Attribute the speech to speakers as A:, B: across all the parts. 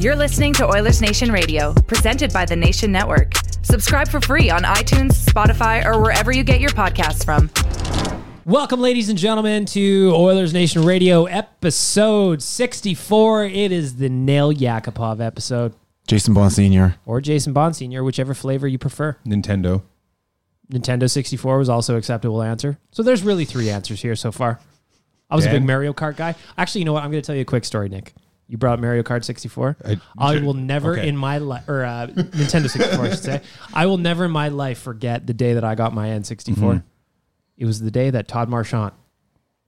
A: You're listening to Oilers Nation Radio, presented by the Nation Network. Subscribe for free on iTunes, Spotify, or wherever you get your podcasts from.
B: Welcome, ladies and gentlemen, to Oilers Nation Radio, episode 64. It is the Nail Yakupov episode,
C: Jason Bond Senior.
B: or Jason Bond Senior, whichever flavor you prefer.
C: Nintendo.
B: Nintendo 64 was also acceptable answer. So there's really three answers here so far. I was a big
C: Dan?
B: Mario Kart guy. Actually, you know what? I'm going to tell you a quick story, Nick. You brought Mario Kart 64. I,
C: I-
B: will never
C: okay.
B: in my life, or uh, Nintendo 64, I should say. I will never in my life forget the day that I got my N64.
C: Mm-hmm.
B: It was the day that Todd Marchant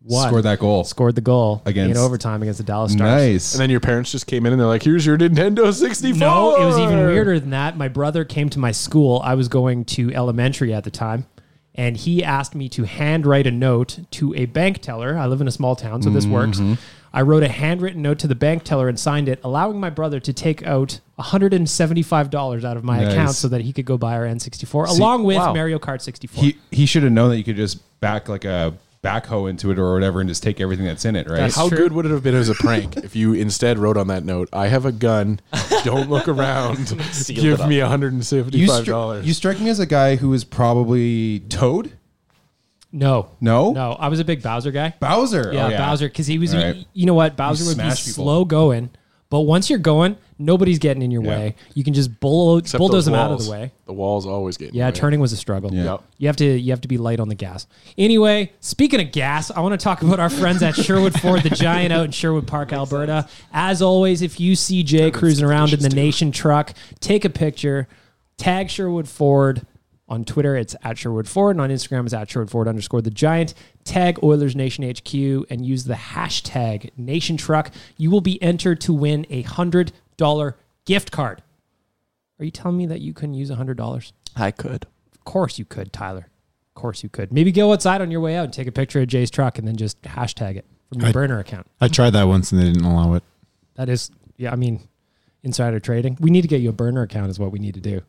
B: won,
C: Scored that goal.
B: scored the goal
C: Against-
B: in overtime against the Dallas Stars.
C: Nice.
D: And then your parents just came in and they're like, "Here's your Nintendo 64."
B: No, it was even weirder than that. My brother came to my school. I was going to elementary at the time, and he asked me to handwrite a note to a bank teller. I live in a small town, so this works.
C: Mm-hmm.
B: I wrote a handwritten note to the bank teller and signed it, allowing my brother to take out $175 out of my
C: Nice.
B: account so that he could go buy our N64 along with
C: wow.
B: Mario Kart 64.
C: he he should have known that you could just back like a backhoe into it or whatever and just take everything that's in it, right?
B: That's-
D: How
B: True.
D: good would it have been as a prank if you instead wrote on that note, "I have a gun. Don't look around.
E: Sealed it
D: Give
E: up.
D: me
C: you,
D: $175."
C: stri- you strike me as a guy who is probably Toad,
B: no.
C: No?
B: No. I was a big Bowser guy.
C: Bowser.
B: Yeah,
C: Oh,
B: Bowser, because he was,
C: All right.
B: you, you know what, Bowser would be
C: smash people.
B: slow going, but once you're going, nobody's getting in your
C: Yeah.
B: way. You can just bull,
D: Except those
B: bulldoze them out of
D: walls.
B: the way.
D: The walls always get. in
B: Yeah,
D: the way.
B: turning was a struggle.
C: Yeah.
D: Yep.
B: You have to you have to be light on the gas. Anyway, speaking of gas, I want to talk about our friends at Sherwood Ford, the giant out in Sherwood Park, Alberta. As always, if you see Jay cruising around in the nation truck, take a picture, tag Sherwood Ford. On Twitter, it's at Sherwood Ford, and on Instagram, it's at Sherwood Ford underscore the giant. Tag Oilers Nation HQ and use the hashtag Nation Truck. You will be entered to win a hundred dollar gift card. Are you telling me that you couldn't use a hundred dollars?
E: I could.
B: course you could, Tyler. Of course you could. Maybe go outside on your way out and take a picture of Jay's truck and then just hashtag it from your
F: I-
B: burner account.
F: I tried that once and they didn't allow it.
B: That is, yeah, I mean, insider trading. We need to get you a burner account, is what we need to do.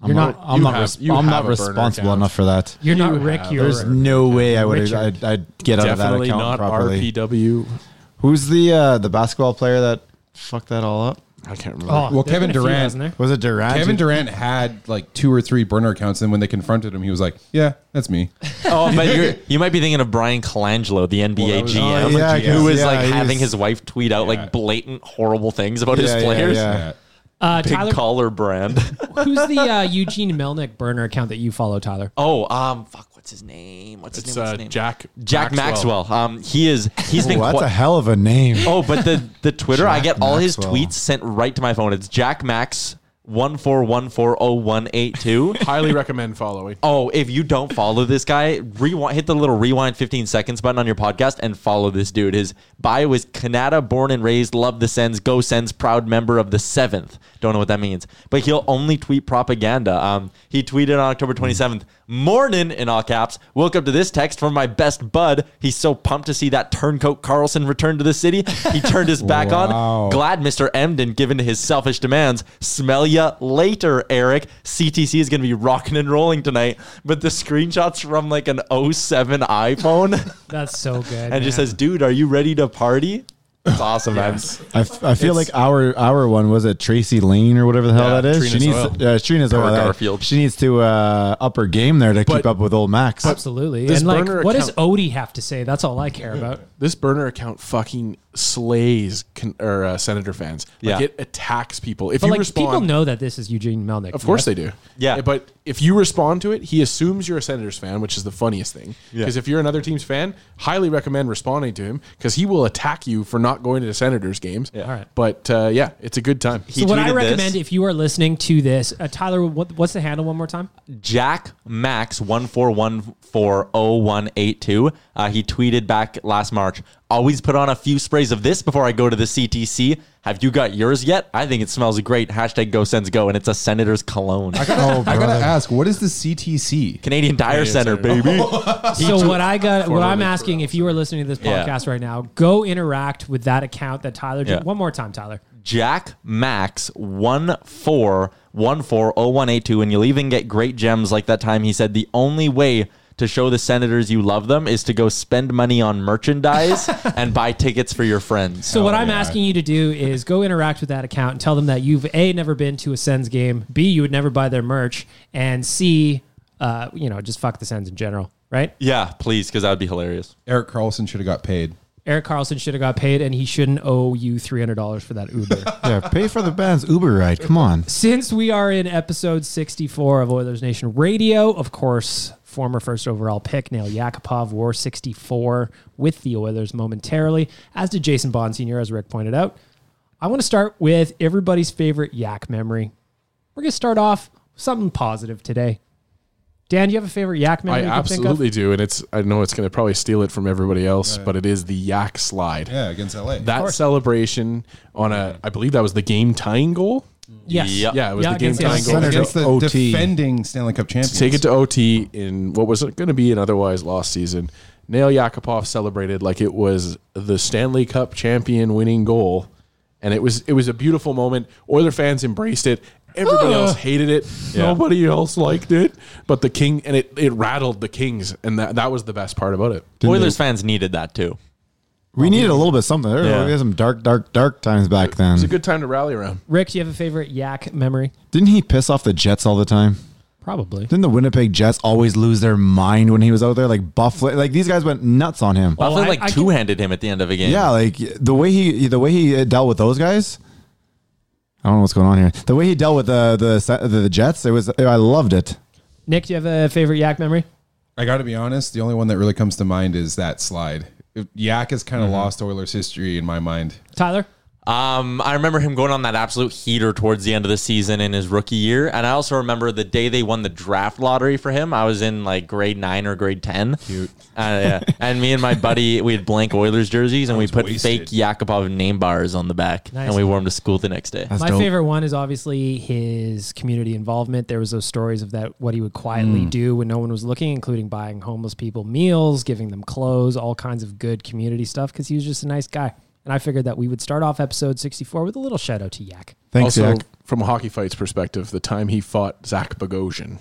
F: I'm
B: You're
F: not.
B: not-
F: I'm
D: you
F: not.
D: have-
F: res-
D: you have
F: I'm not
D: a burner
F: responsible
D: account.
F: enough for that.
B: You're not Rick.
D: have-
B: You're
F: There's no way I would.
B: Richard.
F: I'd, I'd get out of that
D: Definitely
F: account
D: not
F: properly.
D: RPW.
F: Who's the uh, the basketball player that fucked that all up?
D: I can't remember.
B: Oh,
C: Well,
B: there's
C: Kevin
B: been a few,
C: Durant
B: hasn't there?
F: Was it Durant?
C: Kevin Durant had like two or three burner accounts, and when they confronted him, he was like, "Yeah, that's me."
E: Oh, but you're, you might be thinking of Brian Colangelo, the NBA
C: Well, that was- oh,
E: GM,
F: yeah, I
E: who
F: guess.
E: was
F: Yeah,
E: like
F: he
E: having
F: was-
E: his wife tweet out
C: Yeah.
E: like blatant horrible things about
F: Yeah,
E: his
F: yeah,
E: players.
F: yeah.
C: Yeah.
B: Uh,
E: Big
B: Tyler,
E: collar brand.
B: who's the uh, Eugene Melnick burner account that you follow, Tyler?
E: oh, um, fuck, what's his name? What's his
D: It's
E: name? What's his
D: uh,
E: name?
D: Jack
E: Jack Maxwell. Um, he is. He's been.
F: Ooh, that's
E: qui-
F: a hell of a name.
E: oh, but the the Twitter, I
F: Jack
E: get all his
F: Maxwell.
E: tweets sent right to my phone. It's Jack Max one four one four zero one eight two.
D: Highly recommend following.
E: Oh, if you don't follow this guy, rewind, hit the little rewind 15 seconds button on your podcast and follow this dude. His bio is Canada, born and raised, love the Sens, go Sens, proud member of the seventh. Don't know what that means, but he'll only tweet propaganda. Um, he tweeted on October 27th, morning in all caps, woke up to this text from my best bud. He's so pumped to see that turncoat Carlson return to the city. He turned his back on.
F: Wow.
E: Glad Mr. Emden given to his selfish demands. Smell ya later, Eric. CTC is going to be rocking and rolling tonight. But the screenshots from like an 07 iPhone
B: That's so good.
E: and it just
B: man.
E: says, dude, are you ready to party? It's awesome, man.
F: I, f- I feel like our our one was it Tracy Lane or whatever the hell
D: Yeah,
F: that is. she
D: Trina's
F: needs
D: oil.
F: to- uh, Trina's oil, that-
E: Garfield.
F: She needs to uh, up her game there to keep
D: But-
F: up with old Max.
B: absolutely.
D: This
B: And like,
D: burner
B: what does
D: account-
B: Odie have to say? That's all I care about.
D: This burner account fucking slays con- or uh, senator fans. Like
E: Yeah.
D: it attacks people. If
B: But
D: you
B: like,
D: respond,
B: people know that this is Eugene Melnick.
D: Of course they do.
E: Yeah.
D: But if you respond to it, he assumes you're a Senators fan, which is the funniest thing. Because if you're another team's fan, highly recommend responding to him because he will attack you for not going to the Senators games.
B: All right.
D: But uh, yeah, it's a good time.
E: He
B: so what I
E: tweeted this.
B: recommend if you are listening to this, uh, Tyler, what, what's the handle one more time?
E: Jack Max one four one four zero one eight two. Uh, he tweeted back last March. Always put on a few sprays of this before I go to the CTC. Have you got yours yet? I think it smells great. Hashtag Go Sens Go, and it's a Senator's cologne.
F: Oh,
G: I gotta
F: brother.
G: ask, what is the CTC?
E: Canadian Tire Center, baby.
B: So what I got, what I'm
D: Forwarded
B: asking, if you are listening to this
E: Yeah.
B: podcast right now, go interact with that account that Tyler did.
E: Yeah.
B: One more time, Tyler.
E: Jack Max one four one four oh one eight two, and you'll even get great gems like that time he said the only way to show the senators you love them is to go spend money on merchandise and buy tickets for your friends.
B: So what I'm asking you to do is go interact with that account and tell them that you've a never been to a Sens game, b you would never buy their merch, and c, uh, you know, just fuck the Sens in general, right?
E: yeah, please, because that would be hilarious.
G: Eric Carlson should have got paid.
B: Eric Carlson should have got paid, and he shouldn't owe you three hundred dollars for that Uber.
F: yeah, pay for the band's Uber ride. Come on.
B: Since we are in episode 64 of Oilers Nation Radio, of course, former first overall pick Neil Yakupov wore 64 with the Oilers momentarily, as did Jason Bond Sr., as Rick pointed out. I want to start with everybody's favorite Yak memory. We're going to start off with something positive today. Dan, do you have a favorite Yak
D: I
B: memory? you can think of?
D: absolutely do, and it's. I know it's going to probably steal it from everybody else, but it is the yak slide.
G: Yeah, against LA.
D: That celebration on a, I believe that was the game tying goal.
B: Yes.
E: Yep.
D: Yeah, it was
B: Yeah,
D: the game
B: against the
D: tying goal.
B: LA Senators.
G: against the
F: OT.
G: defending Stanley Cup champions.
D: take it to OT in what was going to be an otherwise lost season. Nail Yakupov celebrated like it was the Stanley Cup champion winning goal, and it was it was a beautiful moment. Oiler fans embraced it. Everybody else hated it. Nobody else liked it, but the King and it it rattled the Kings, and that that was the best part about it.
E: Oilers fans needed that too.
F: We needed a little bit of something. There
E: Yeah.
F: were some dark, dark, dark times back then.
E: Mm.
D: It's a good time to rally around.
B: Rick, do you have a favorite Yak memory?
F: Didn't he piss off the Jets all the time?
B: Probably.
F: Didn't the Winnipeg Jets always lose their mind when he was out there? Like Buffalo, like these guys went nuts on him.
E: Buffalo
B: I-
E: like
B: I can-
E: two handed him at the end of a game.
F: Yeah, like the way he the way he dealt with those guys. I don't know what's going on here. The way he dealt with the the Se- the, the Jets, it was I loved it.
B: Nick, do you have a favorite Yak memory?
G: I got to be honest. The only one that really comes to mind is that slide. Yak has kind of lost Oilers history in my mind.
B: Tyler?
E: Um, I remember him going on that absolute heater towards the end of the season in his rookie year, and I also remember the day they won the draft lottery for him. I was in like grade nine or grade ten. Cute. Uh, yeah. and me and my buddy, we had blank Oilers jerseys, and we put
G: wasted.
E: fake Yakupov name bars on the back,
B: Nice.
E: and we wore them to school the next day.
F: That's
B: My
F: dope.
B: favorite one is obviously his community involvement. There was those stories of that what he would quietly
E: Mm.
B: do when no one was looking, including buying homeless people meals, giving them clothes, all kinds of good community stuff because he was just a nice guy. And I figured that we would start off episode 64 with a little shout out to Yak.
F: Thanks,
D: also,
F: Jack.
D: from a hockey fights perspective, the time he fought Zach Bogosian,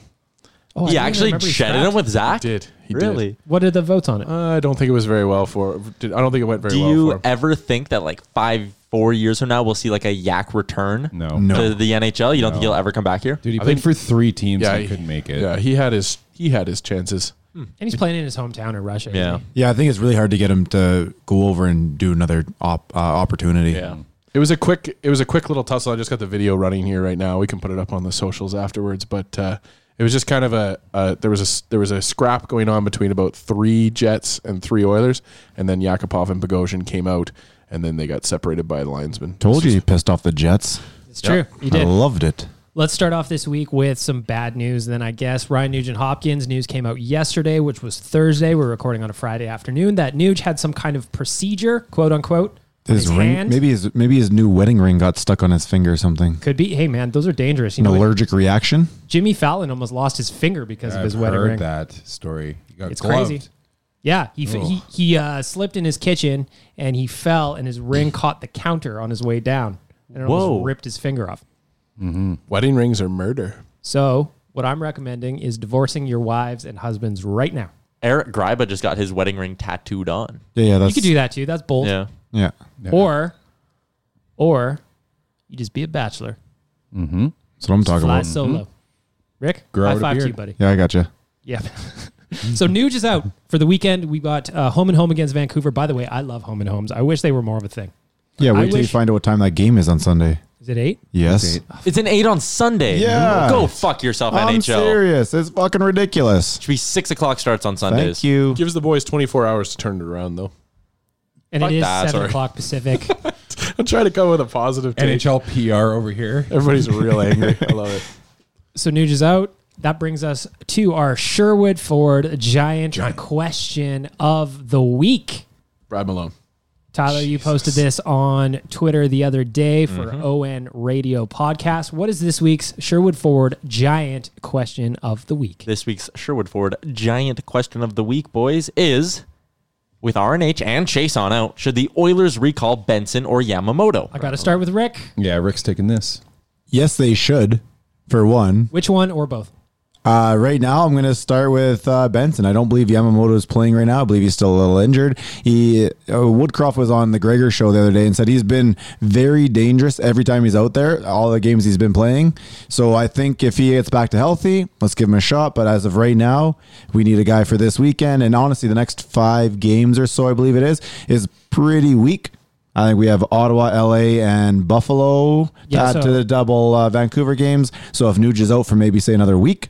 B: Oh, I
E: he
B: didn't
E: actually
B: remember he
E: shedded
B: scrapped.
E: him with Zach.
D: He did. He did.
E: really?
B: What are the votes on it?
D: uh, I don't think it was very well for. Did, I don't think it went very
E: Do
D: well.
E: you
D: for him.
E: ever think that like five, four years from now we'll see like a Yak return
G: No.
E: to the NHL? You don't think he'll ever come back here?
G: Dude, he played for three teams
D: Yeah,
G: and
D: he-
G: couldn't make it.
D: Yeah, he had his he had his chances.
B: And he's playing in his hometown in Russia. isn't
E: Yeah.
B: he?
F: Yeah, I think it's really hard to get him to go over and do another op, uh, opportunity.
E: Yeah.
D: It It was a quick. It was a quick little tussle. I just got the video running here right now. We can put it up on the socials afterwards. But uh, it was just kind of a. Uh, there was a s- there was a scrap going on between about three Jets and three Oilers, and then Yakupov and Bogosian came out, and then they got separated by the linesman.
F: Told you he pissed off the Jets.
B: It's true. You
F: I
B: did.
F: loved it.
B: Let's start off this week with some bad news. Then I guess Ryan Nugent Hopkins news came out yesterday, which was Thursday. We're recording on a Friday afternoon. That Nuge had some kind of procedure, quote unquote. on
F: His, ring,
B: hand.
F: maybe his maybe his new wedding ring got stuck on his finger or something.
B: could be. Hey man, those are dangerous. You
F: An
B: know,
F: allergic reaction.
B: Jimmy Fallon almost lost his finger because of
G: I've
B: his wedding
G: heard
B: ring.
G: that story. He got
B: It's
G: gloved.
B: crazy. Yeah, he f- he he uh, slipped in his kitchen and he fell, and his ring caught the counter on his way down, and it
D: Whoa.
B: almost ripped his finger off.
D: Wedding rings are murder.
B: So what I'm recommending is divorcing your wives and husbands right now.
E: Eric Greiba just got his wedding ring tattooed on.
F: Yeah, yeah, that's
B: You could do that too. That's bold.
E: Yeah.
F: yeah.
B: Or, or you just be a bachelor,
F: That's what I'm talking
B: fly
F: about.
B: solo. Rick,
G: Grow out
B: high
G: a
B: five to
G: beard.
B: you, buddy.
F: Yeah, I gotcha.
B: Yeah. so Nuge is out for the weekend. We got uh, home and home against Vancouver. By the way, I love home and homes. I wish they were more of a thing.
F: Yeah,
B: I
F: wait till you
B: wish-
F: find out what time that game is on Sunday.
B: Is it eight?
F: Yes.
E: It's an eight on Sunday.
F: Yeah.
E: Go fuck yourself,
F: I'm
E: NHL.
F: serious. It's fucking ridiculous.
E: Should be six o'clock starts on Sundays.
F: Thank you.
D: Gives the boys 24 hours to turn it around, though.
B: And
E: Fuck
B: it is
E: that,
B: seven
E: sorry.
B: o'clock Pacific.
D: I'm trying to come with a positive take.
G: NHL PR over here.
D: Everybody's real angry. I love it.
B: so Nuge is out. That brings us to our Sherwood Ford giant, question of the week.
D: Brad Malone.
B: Tyler, you posted this on Twitter the other day for ON Radio Podcast. What is this week's Sherwood Ford giant question of the week?
E: This week's Sherwood Ford giant question of the week, boys, is with RNH and Chase on out, should the Oilers recall Benson or Yamamoto?
B: I got to start with Rick.
G: Yeah, Rick's taking this.
F: Yes, they should. For one,
B: Which one or both?
F: uh, right now I'm going to start with uh, Benson. I don't believe Yamamoto is playing right now. I believe he's still a little injured. He uh, Woodcroft was on the Gregor show the other day and said he's been very dangerous every time he's out there. All the games he's been playing. So I think if he gets back to healthy, let's give him a shot. But as of right now, we need a guy for this weekend and honestly, the next five games or so, I believe it is, is pretty weak. I think we have Ottawa, LA, and Buffalo
B: Yeah,
F: to add
B: so-
F: to the double uh, Vancouver games. So if Nuge is out for maybe say another week,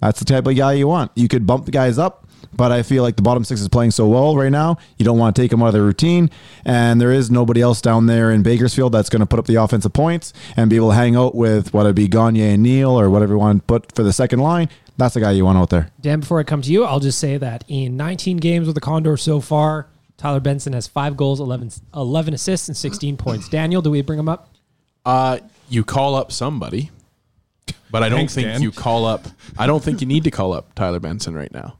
F: that's the type of guy you want. You could bump the guys up, but I feel like the bottom six is playing so well right now. You don't want to take them out of their routine, and there is nobody else down there in Bakersfield that's going to put up the offensive points and be able to hang out with whether it be Gagne and Neal or whatever you want to put for the second line. That's the guy you want out there.
B: Dan, before I come to you, I'll just say that in 19 games with the Condor so far, Tyler Benson has five goals, 11, 11 assists, and 16 points. Daniel, do we bring him up?
D: Uh, you call up somebody, but I don't
G: Thanks,
D: think
G: Dan.
D: you call up. I don't think you need to call up Tyler Benson right now.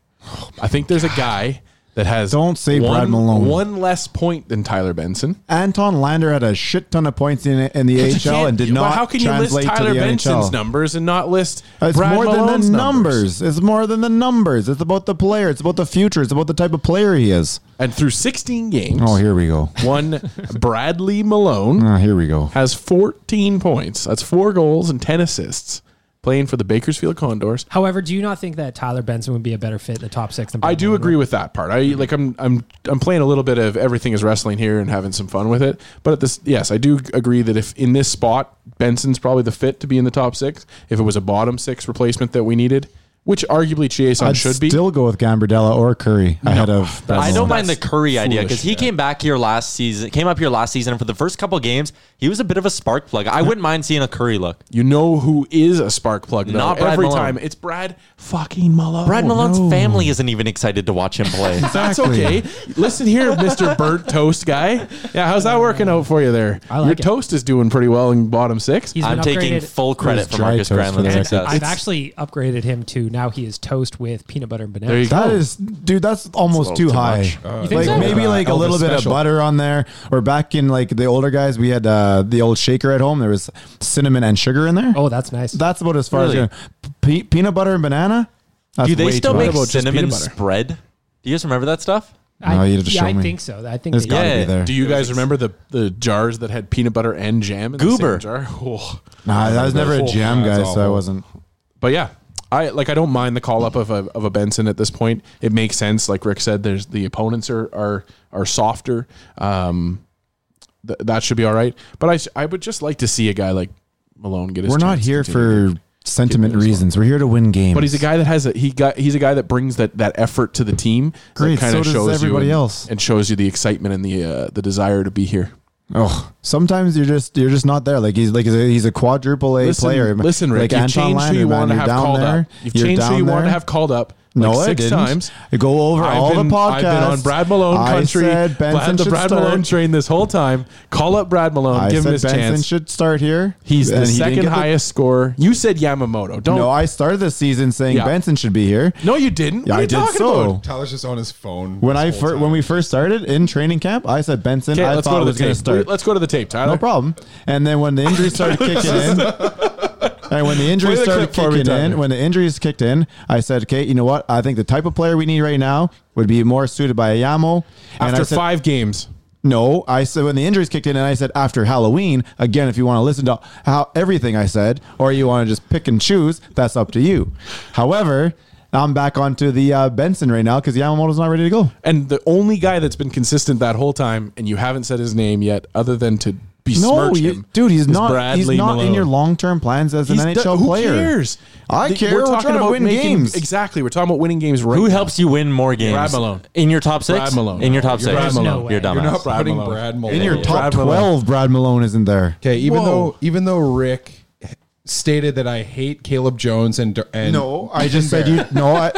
D: I think there's a guy that has
F: Don't say
D: one,
F: Brad Malone.
D: one less point than Tyler Benson.
F: Anton Lander had a shit ton of points in, in the
D: But you
F: AHL and
D: can't-
F: did
D: but
F: not
D: how can you list
F: translate to
D: Tyler
F: the
D: Benson's
F: NHL.
D: numbers and not list
F: Uh, It's
D: Brad
F: more
D: Malone's
F: than the numbers. It's more than the numbers. It's about the player. It's about the future. It's about the type of player he is.
D: And through 16 games,
F: Oh, here we go.
D: one Bradley Malone
F: Ah, here we go.
D: has 14 points. That's four goals and 10 assists playing for the Bakersfield Condors.
B: However, do you not think that Tyler Benson would be a better fit in the top six? Than
D: I
B: Brad
D: do
B: Malone?
D: agree with that part. I like I'm I'm I'm playing a little bit of everything is wrestling here and having some fun with it. But at this yes, I do agree that if in this spot Benson's probably the fit to be in the top 6 if it was a bottom 6 replacement that we needed, which arguably Chiasson
F: I'd
D: should be.
F: still go with Gambardella or Curry ahead of. Brad
E: I
F: Malone.
E: don't mind the Curry idea
D: foolish,
E: because he
D: yeah.
E: came back here last season, came up here last season, and for the first couple games, he was a bit of a spark plug. I wouldn't mind seeing a Curry look.
D: you know who is a spark plug though.
E: Not Brad
D: every
E: Malone.
D: time it's Brad fucking
B: Oh,
D: Malone.
E: Brad Malone's family isn't even excited to watch him play.
D: That's
F: Exactly.
D: okay. Listen here, Mr. Burnt Toast guy. Yeah, how's that working out for you there?
B: I like
D: Your
B: it.
D: toast is doing pretty well in bottom six.
B: He's been
E: I'm taking
B: upgraded-
E: full credit for
F: dry
E: Marcus
F: toast for the
E: Granlund's
F: record.
E: success.
B: I've actually upgraded him to now he is toast with peanut butter and banana.
D: There you
F: That is, dude. That's almost
D: little
F: too
D: too
F: high.
D: much.
B: think
F: like
B: so?
F: maybe
B: Uh,
F: like a
G: Elvis
F: little bit of
G: special.
F: butter on there. Or back in like the older guys, we had uh, the old shaker at home. There was cinnamon and sugar in there.
B: Oh, that's nice.
F: that's about as far
D: Really?
F: as you pe- peanut butter and banana. That's
E: Do they
F: way
E: still
F: too high.
E: make
D: What about just
E: cinnamon
D: peanut butter?
E: spread? Do you guys remember that stuff?
B: I,
F: No, you just
B: yeah,
F: show
B: I
F: me.
B: think so. I think
F: There's
B: they-
F: gotta
E: Yeah.
F: be there.
D: Do you guys remember the, the jars that had peanut butter and jam in
E: Goober.
D: the same jar? Oh.
F: Nah, I was never a
D: Oh,
F: jam
G: that's
F: guy, so I
G: awful.
F: wasn't.
D: But yeah, I like I don't mind the call up of a, of a Benson at this point. It makes sense, like Rick said. There's the opponents are are are softer. Um, th- that should be all right. But I, s- I would just like to see a guy like Malone get his.
F: We're not
D: chance to
F: here
D: continue.
F: for sentiment reasons. We're here to win games.
D: But he's a guy that has a he got he's a guy that brings that that effort to the team.
F: Great,
D: that kinda
F: so does everybody
D: you and,
F: else.
D: and shows you the excitement and the uh, the desire to be here.
F: Oh, sometimes you're just you're just not there. Like he's like he's a, he's a quadruple A
D: listen,
F: player.
D: listen, Rick,
F: like
D: you've
F: Anton
D: changed who
F: Liner,
D: you
F: man.
D: want to
F: You're
D: have
F: down
D: called
F: there.
D: up. You've
F: You're
D: changed who
F: down
D: you want to
F: there.
D: have called up.
F: No,
D: like
F: I
D: 6
F: didn't.
D: times.
F: I go over
D: I've
F: all the
D: been, I've been on
F: podcasts.
D: Brad Malone
F: I
D: country.
F: said Benson
D: Brad- the
F: should
D: Brad
F: start.
D: Malone train this whole time. Call up Brad Malone.
F: I
D: give
F: said
D: him his
F: Benson
D: chance.
F: should start here.
D: He's the
F: and he didn't
D: second
F: get the-
D: highest scorer. You said Yamamoto. Don't.
F: no, I started the season saying
D: Yeah.
F: Benson should be here.
D: No, you didn't. what
F: Yeah,
D: are
F: I
D: you
F: did
D: talking
F: so.
D: about?
G: Tyler's just on his phone.
F: When
G: this
F: I
G: whole
F: fir-
G: time.
F: when we first started in training camp, I said Benson.
D: Okay,
F: I
D: let's
F: thought
D: go to the
F: was going
D: tape.
F: to start.
D: Let's go to the tape, Tyler.
F: no problem. And then when the injuries started kicking in, and when the
D: Play
F: injuries
D: the
F: started
D: clip for me,
F: kicking in,
D: Tyler.
F: when the injuries kicked in, I said, "Okay, you know what? I think the type of player we need right now would be more suited by Ayamo." And I
D: After
F: said,
D: five games,
F: No, I said when the injuries kicked in, and I said after Halloween again. If you want to listen to how everything I said, or you want to just pick and choose, that's up to you. However, I'm back onto the uh, Benson right now because Yamamoto's not ready to go.
D: and the only guy that's been consistent that whole time, and you haven't said his name yet, other than to besmirch
F: no, you-
D: him,
F: dude, he's
D: is
F: not.
D: Bradley
F: he's not in
D: Malone.
F: your long term plans as an
D: He's
F: NHL
D: done- who
F: player.
D: cares?
F: I
D: Th-
F: care. We're, talking about win
D: making-
F: games.
D: Exactly. We're talking about winning games right
E: Who
D: now.
E: helps you win more games?
D: Brad Malone.
E: In your top six?
D: Brad Malone.
E: In your top
D: You're
E: six?
D: Brad Malone.
E: You're dumb.
C: You're not
D: Brad
C: putting
D: Malone.
C: Brad Malone
F: in your top
D: Brad Malone.
F: twelve, Brad Malone isn't there.
G: Okay, even
D: Whoa.
G: though even though Rick stated that I hate Caleb Jones and and
F: No, I just said you. No, I.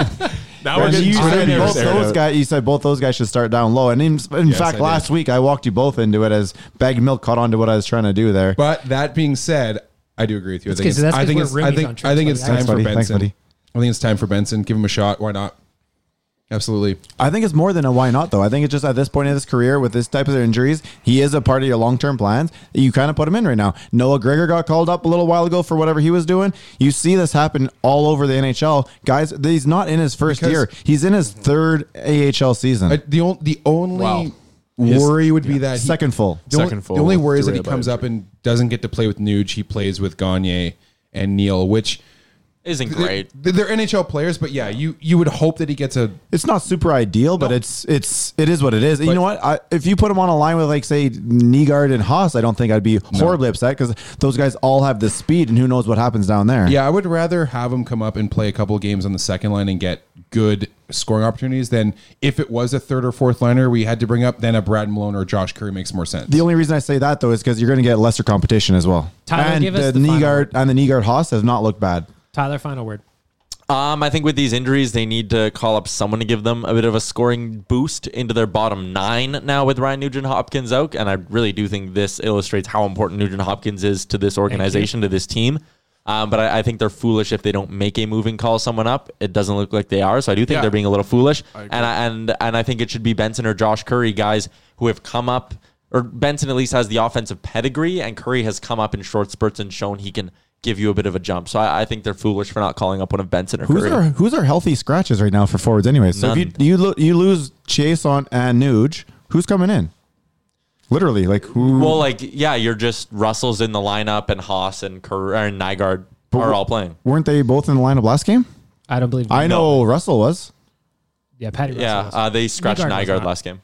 D: Now
F: And you said
D: Twitter
F: both
D: beef there.
F: those guys. You said both those guys should start down low. And in, in fact,
G: I
F: last week I walked you both into it as bagged milk caught on to what I was trying to do there.
G: But that being said, I do agree with you. I
B: That's 'cause-
G: it's-
B: that's
G: I
B: 'cause
G: think
B: we're
G: it's,
B: roomies
G: I think,
B: on trips,
G: I think it's
B: buddy.
G: time
B: Thanks,
G: for
F: buddy. Thanks,
G: Benson.
F: buddy.
G: I think it's time for Benson. Give him a shot. Why not? Absolutely.
F: I think it's more than a why not though. I think it's just at this point in his career with this type of injuries, he is a part of your long term plans. You kind of put him in right now. Noah Gregor got called up a little while ago for whatever he was doing. You see this happen all over the NHL. Guys, he's not in his first
G: Because-
F: year. He's in his third AHL season.
G: I, the only the only
D: Wow.
G: worry would be that he-
F: Second full.
G: The only,
D: Second full
G: the only
D: with
G: worry is that
D: Duray
G: he
D: by
G: comes up and doesn't get to play with Nuge. He plays with Gagne and Neil, which
E: Isn't great.
G: they're, they're NHL players. But yeah, you you would hope that he gets a
F: It's not super ideal, but it's it's it is what it is. And you know what? I, if you put him on a line with like say Nygaard and Haas, I don't think I'd be horribly upset because those guys all have the speed, and who knows what happens down there.
G: Yeah, I would rather have him come up and play a couple games on the second line and get good scoring opportunities than if it was a third or fourth liner we had to bring up, then a Brad Malone or Josh Curry makes more sense.
F: The only reason I say that though is because you're going to get lesser competition as well.
B: Tyler,
F: and
B: give us
F: the,
B: the final
F: Nygaard and the Nygaard Haas has not looked bad.
B: Tyler, final word.
E: Um, I think with these injuries, they need to call up someone to give them a bit of a scoring boost into their bottom nine now with Ryan Nugent Hopkins out. And I really do think this illustrates how important Nugent Hopkins is to this organization, to this team. Um, but I, I think they're foolish if they don't make a move and call someone up. It doesn't look like they are, so I do think
D: Yeah.
E: they're being a little foolish. and I, and and I think it should be Benson or Josh Curry, guys who have come up, or Benson at least has the offensive pedigree, and Curry has come up in short spurts and shown he can give you a bit of a jump. So I, I think they're foolish for not calling up one of Benson or
F: Who's
E: Curry.
F: our who's our healthy scratches right now for forwards anyway? So if
E: None.
F: you you, lo- you lose Chase on and Nuge, who's coming in? Literally, like who?
E: Well, like yeah, you're just Russell's in the lineup, and Haas and Kerr and Nygaard are all playing.
F: weren't they both in the lineup last game?
B: I don't
D: Uh,
B: believe.
F: I know Russell was.
B: Yeah, Patty. Russell
E: Yeah,
B: was.
E: uh, they scratched
B: Nygaard was
E: Nygaard,
B: not.
E: last game.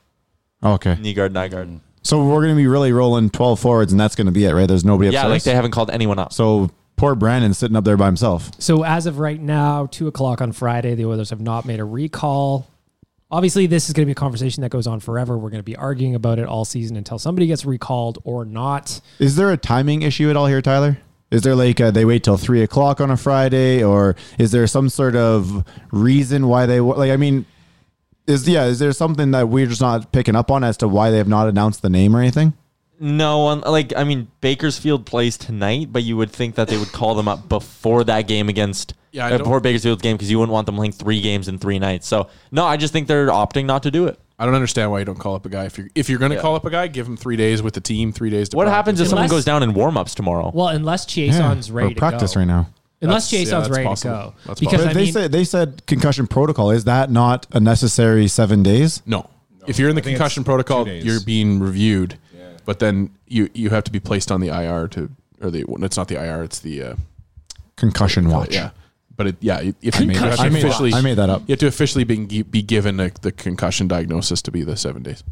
F: Oh, Okay,
E: Nygaard, Nygaard.
F: so we're going to be really rolling twelve forwards, and that's going to be it, right? There's nobody.
E: Yeah,
F: upstairs.
E: like they haven't called anyone up.
F: So poor Brandon sitting up there by himself.
B: So as of right now, two o'clock on Friday, the Oilers have not made a recall. Obviously, this is going to be a conversation that goes on forever. We're going to be arguing about it all season until somebody gets recalled or not.
F: Is there a timing issue at all here, Tyler? Is there like uh they wait till three o'clock on a Friday, or is there some sort of reason why they wa- like? I mean, is yeah, is there something that we're just not picking up on as to why they have not announced the name or anything?
E: No one, like I mean, Bakersfield plays tonight, but you would think that they would call them up before that game against
D: Yeah, I
E: uh,
D: don't-
E: before Bakersfield's game because you wouldn't want them playing three games in three nights. So no, I just think they're opting not to do it.
D: I don't understand why you don't call up a guy. If you're if you're going to
E: Yeah.
D: call up a guy, give him three days with the team, three days. to
E: What
D: practice.
E: happens if someone
B: Unless-
E: goes down in warm-ups tomorrow?
B: Well, unless Jason's
F: Yeah,
B: ready
F: or
B: to
F: practice
B: go.
F: right now.
B: Unless
D: That's- yeah,
B: Jason's
D: that's
B: ready
D: possible.
B: to go.
D: That's
B: because
F: But
B: I
F: they
B: mean,
F: said they said concussion protocol. Is that not a necessary seven days?
D: No. If you're in the concussion protocol,
G: two days.
D: you're being reviewed, but then you you have to be placed on the IR to or the it's not the IR, it's the uh,
F: Concussion watch.
D: Oh, yeah. But it, yeah, if you, you have to
F: I made that-
D: officially
F: I made that up.
D: You have to officially be, be given a, the concussion diagnosis to be the seven days.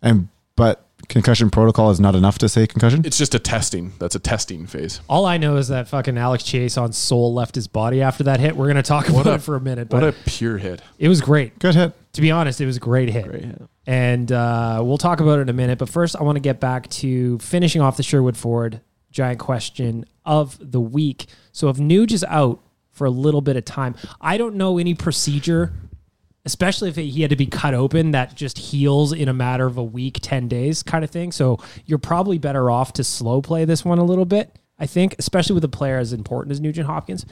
F: And but concussion protocol is not enough to say concussion.
D: It's just a testing. That's a testing phase.
B: All I know is that fucking Alex Chase on Soul left his body after that hit. We're gonna talk about it for a minute, but
D: What a pure hit.
B: it was great.
F: Good hit.
B: to be honest, it was a great hit. And uh, we'll talk about it in a minute. But first, I want to get back to finishing off the Sherwood Ford giant question of the week. So if Nuge is out for a little bit of time, I don't know any procedure, especially if he had to be cut open, that just heals in a matter of a week, 10 days kind of thing. So you're probably better off to slow play this one a little bit, I think, especially with a player as important as Nugent Hopkins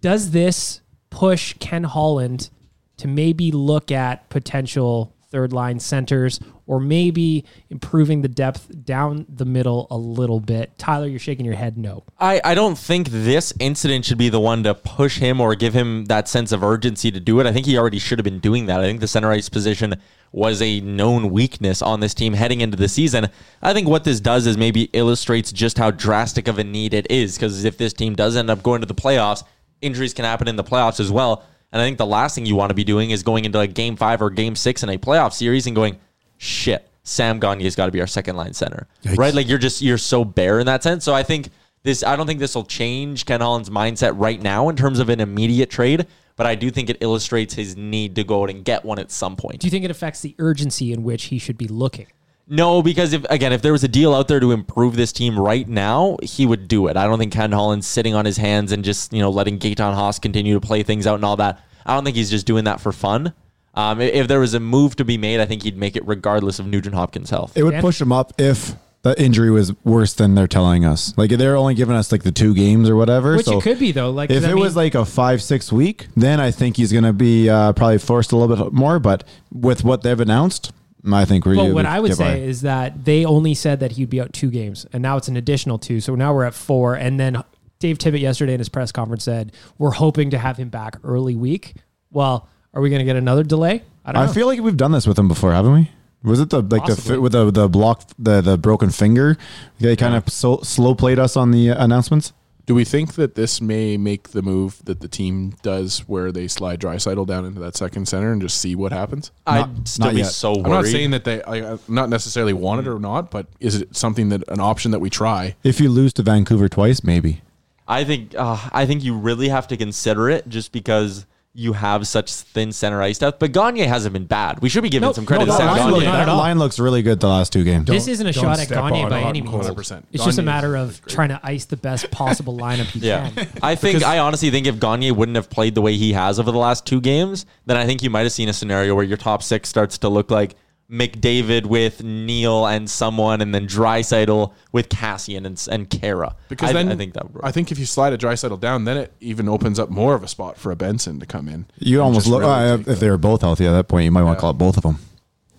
B: does this push Ken Holland to maybe look at potential third line centers or maybe improving the depth down the middle a little bit? Tyler, you're shaking your head no.
E: I, I don't think this incident should be the one to push him or give him that sense of urgency to do it. I think he already should have been doing that. I think the center ice position was a known weakness on this team heading into the season. I think what this does is maybe illustrates just how drastic of a need it is because if this team does end up going to the playoffs, injuries can happen in the playoffs as well. And I think the last thing you want to be doing is going into like game five or game six in a playoff series and going, shit, Sam Gagne's got to be our second line center, right? Like you're just you're so bare in that sense. So I think this, I don't think this will change Ken Holland's mindset right now in terms of an immediate trade, but I do think it illustrates his need to go out and get one at some point.
B: Do you think it affects the urgency in which he should be looking?
E: No, because if again, if there was a deal out there to improve this team right now, he would do it. I don't think Ken Holland's sitting on his hands and just you know letting Gaetan Haas continue to play things out and all that. I don't think he's just doing that for fun. Um, i- if there was a move to be made, I think he'd make it regardless of Nugent Hopkins' health.
F: It would
B: Dan?
F: push them up if the injury was worse than they're telling us. Like they're only giving us like the two games or whatever.
B: Which
F: so
B: it could be though. Like 'cause
F: if
B: I
F: it was
B: mean,
F: like a five six week, then I think he's gonna be uh, probably forced a little bit more. But with what they've announced, I think we're.
B: But what I would
F: get by.
B: say is that they only said that he'd be out two games, and now it's an additional two. So now we're at four. And then Dave Tippett yesterday in his press conference said, We're hoping to have him back early week. Well, are we going to get another delay? I don't
F: I
B: know.
F: feel like we've done this with him before, haven't we? Was it the like the
B: Possibly.
F: the with the the block the the broken finger? They kind of so, slow played us on the uh, announcements.
D: Do we think that this may make the move that the team does where they slide Drysidle down into that second center and just see what happens?
E: I'd still
F: not
E: be
F: yet.
E: so worried.
D: I'm not saying that they I, I'm not necessarily want it or not, but is it something that an option that we try?
F: If you lose to Vancouver twice, maybe.
E: I think uh, I think you really have to consider it just because you have such thin center ice depth. But Gagne hasn't been bad. We should be giving
B: Nope,
E: some credit
B: no, no,
E: to Sam
B: I
F: Line
B: Gagne.
F: looks,
E: Gagne.
B: Not at
F: that
B: all.
F: line looks really good the last two games.
B: this isn't a
D: don't
B: shot at
D: step
B: Gagne
D: on
B: by
D: it,
B: any means.
D: 100%.
B: It's just a
D: Gagne
B: matter
D: is
B: of trying to ice the best possible lineup you
E: Yeah,
B: can.
E: I think I honestly think if Gagne wouldn't have played the way he has over the last two games, then I think you might have seen a scenario where your top six starts to look like McDavid with Neil and someone, and then Drysital with Cassian and and Kara.
D: Because
E: I,
D: then
E: I think that would work.
D: I think if you slide a Drysidle down, then it even opens up more of a spot for a Benson to come in.
F: You
D: and
F: almost
D: just
F: look
D: really
F: uh,
D: take
F: if
D: that.
F: they were both healthy at that point, you might want to
D: Yeah.
F: call it both of them.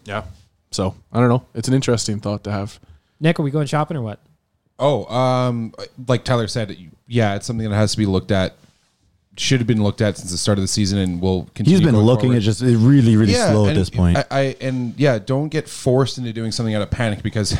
D: yeah. So I don't know. It's an interesting thought to have.
B: Nick, are we going shopping or what?
G: Oh, um, like Tyler said, yeah, it's something that has to be looked at. Should have been looked at since the start of the season, and will continue.
F: He's been
G: going
F: looking
G: forward.
F: at just it really really slow at
G: and
F: this point.
G: I, I and yeah, don't get forced into doing something out of panic because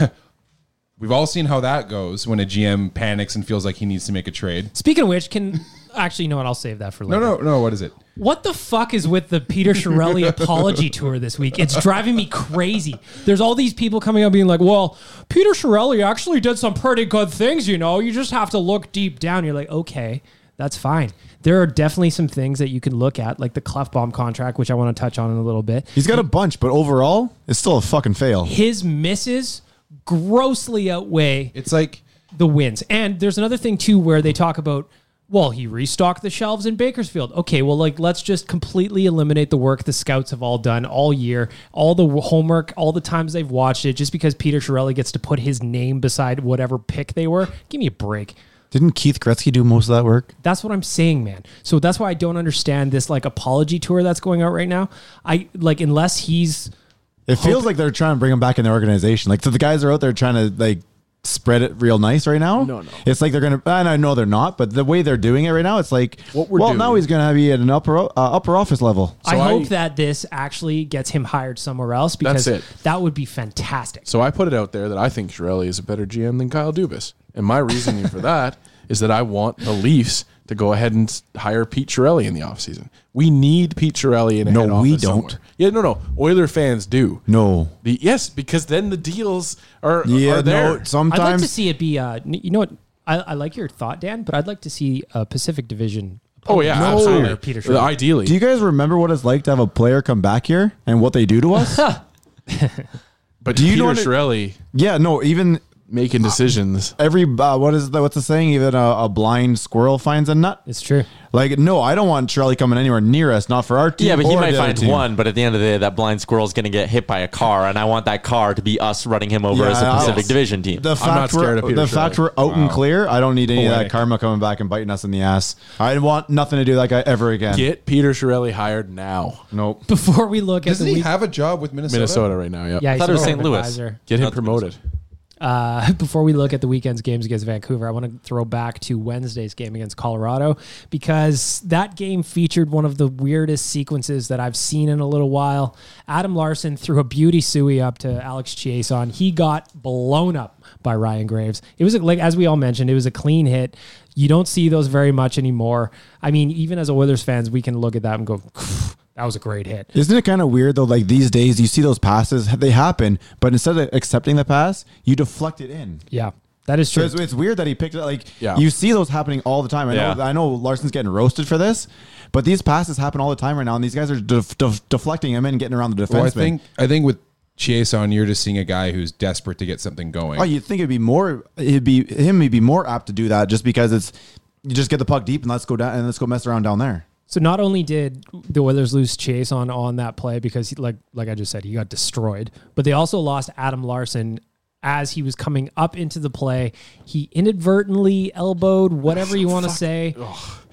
G: we've all seen how that goes when a GM panics and feels like he needs to make a trade.
B: Speaking of which, can actually, you know what? I'll save that for later.
G: No, no, no. What is it?
B: What the fuck is with the Peter Shirelli apology tour this week? It's driving me crazy. There's all these people coming up being like, well, Peter Shirelli actually did some pretty good things, you know? You just have to look deep down. You're like, okay, that's fine. There are definitely some things that you can look at, like the Clefbaum contract, which I want to touch on in a little bit.
F: He's got a bunch, but overall, it's still a fucking fail.
B: His misses grossly outweigh
G: It's like
B: the wins. And there's another thing too where they talk about well, he restocked the shelves in Bakersfield. Okay, well, like let's just completely eliminate the work the scouts have all done all year, all the homework, all the times they've watched it, just because Peter Shirelli gets to put his name beside whatever pick they were. Give me a break.
F: Didn't Keith Gretzky do most of that work?
B: That's what I'm saying, man. So that's why I don't understand this like apology tour that's going out right now. I like unless he's
F: It feels like they're trying to bring him back in their organization. Like so the guys are out there trying to like spread it real nice right now. No, no. It's like they're gonna. And I know they're not, but the way they're doing it right now, it's like
D: What we're
F: well
D: doing-
F: now he's gonna be at an upper uh, upper office level.
B: I,
D: I-
B: hope that this actually gets him hired somewhere else because
D: That's it.
B: that would be fantastic.
D: So I put it out there that I think Shirelli is a better GM than Kyle Dubas. And my reasoning for that is that I want the Leafs to go ahead and s- hire Pete Chiarelli in the offseason. We need Pete Chiarelli in a
F: No,
D: head
F: we
D: office somewhere.
F: don't.
D: Yeah, no, no. Oiler fans do.
F: No.
D: The, yes, because then the deals are,
F: Yeah,
D: are there.
F: no. Sometimes
B: I'd like to see it be. Uh, n- you know what? I, I like your thought, Dan, but I'd like to see a Pacific Division.
D: oh, yeah.
B: No.
D: absolutely. Uh,
B: Peter Chiarelli.
D: Ideally.
F: Do you guys remember what it's like to have a player come back here and what they do to us?
D: but
F: do you
D: Peter
F: know what it-
D: Chiarelli
F: yeah, no, even
D: making decisions.
F: every uh, what is the, what's the saying? Even a, a blind squirrel finds a nut.
B: It's true.
F: Like, no, I don't want Shirley coming anywhere near us. Not for our team.
E: Yeah, but he
F: or
E: might
F: the other
E: find
F: team.
E: one, but at the end of the day, that blind squirrel's going to get hit by a car, and I want that car to be us running him over
F: Yeah,
E: as a
F: I-
E: Pacific
F: yes.
E: Division team.
F: The fact
D: scared
F: we're
D: of Peter
F: the
D: Shirley.
F: fact we're out and clear. I don't need any of that
D: Poetic.
F: karma coming back and biting us in the ass. I want nothing to do with that guy ever again.
D: Get Peter Chiarelli hired now.
F: Nope.
B: Before we look at
G: Doesn't
B: the
G: he
B: week,
G: have a job with Minnesota?
D: Minnesota right now, yeah.
B: yeah, he's
E: thought it was
B: an
E: St. Louis.
B: advisor.
D: Get him
E: That's-
D: promoted.
B: Uh, before we look at the weekend's games against Vancouver, I want to throw back to Wednesday's game against Colorado because that game featured one of the weirdest sequences that I've seen in a little while. Adam Larson threw a beauty suey up to Alex Chiason. He got blown up by Ryan Graves. It was a, like as we all mentioned, it was a clean hit. You don't see those very much anymore. I mean, even as Oilers fans, we can look at that and go, "That was a great hit."
F: Isn't it kind of weird though? Like these days, you see those passes, they happen, but instead of accepting the pass, you deflect it in.
B: Yeah, that is
F: So
B: true.
F: it's, it's weird that he picked it. Like
D: Yeah.
F: you see those happening all the time. I know.
E: Yeah.
F: I know Larson's getting roasted for this, but these passes happen all the time right now, and these guys are def- def- deflecting him and getting around the defenseman.
G: Well, I think I think with Chieson, you're just seeing a guy who's desperate to get something going.
F: Oh, you'd think it'd be more. It'd be him. He'd be more apt to do that just because it's you just get the puck deep and let's go down and let's go mess around down there.
B: So not only did the Oilers lose Chase on on that play because he- like like I just said he got destroyed, but they also lost Adam Larson as he was coming up into the play. He inadvertently elbowed whatever you want to say.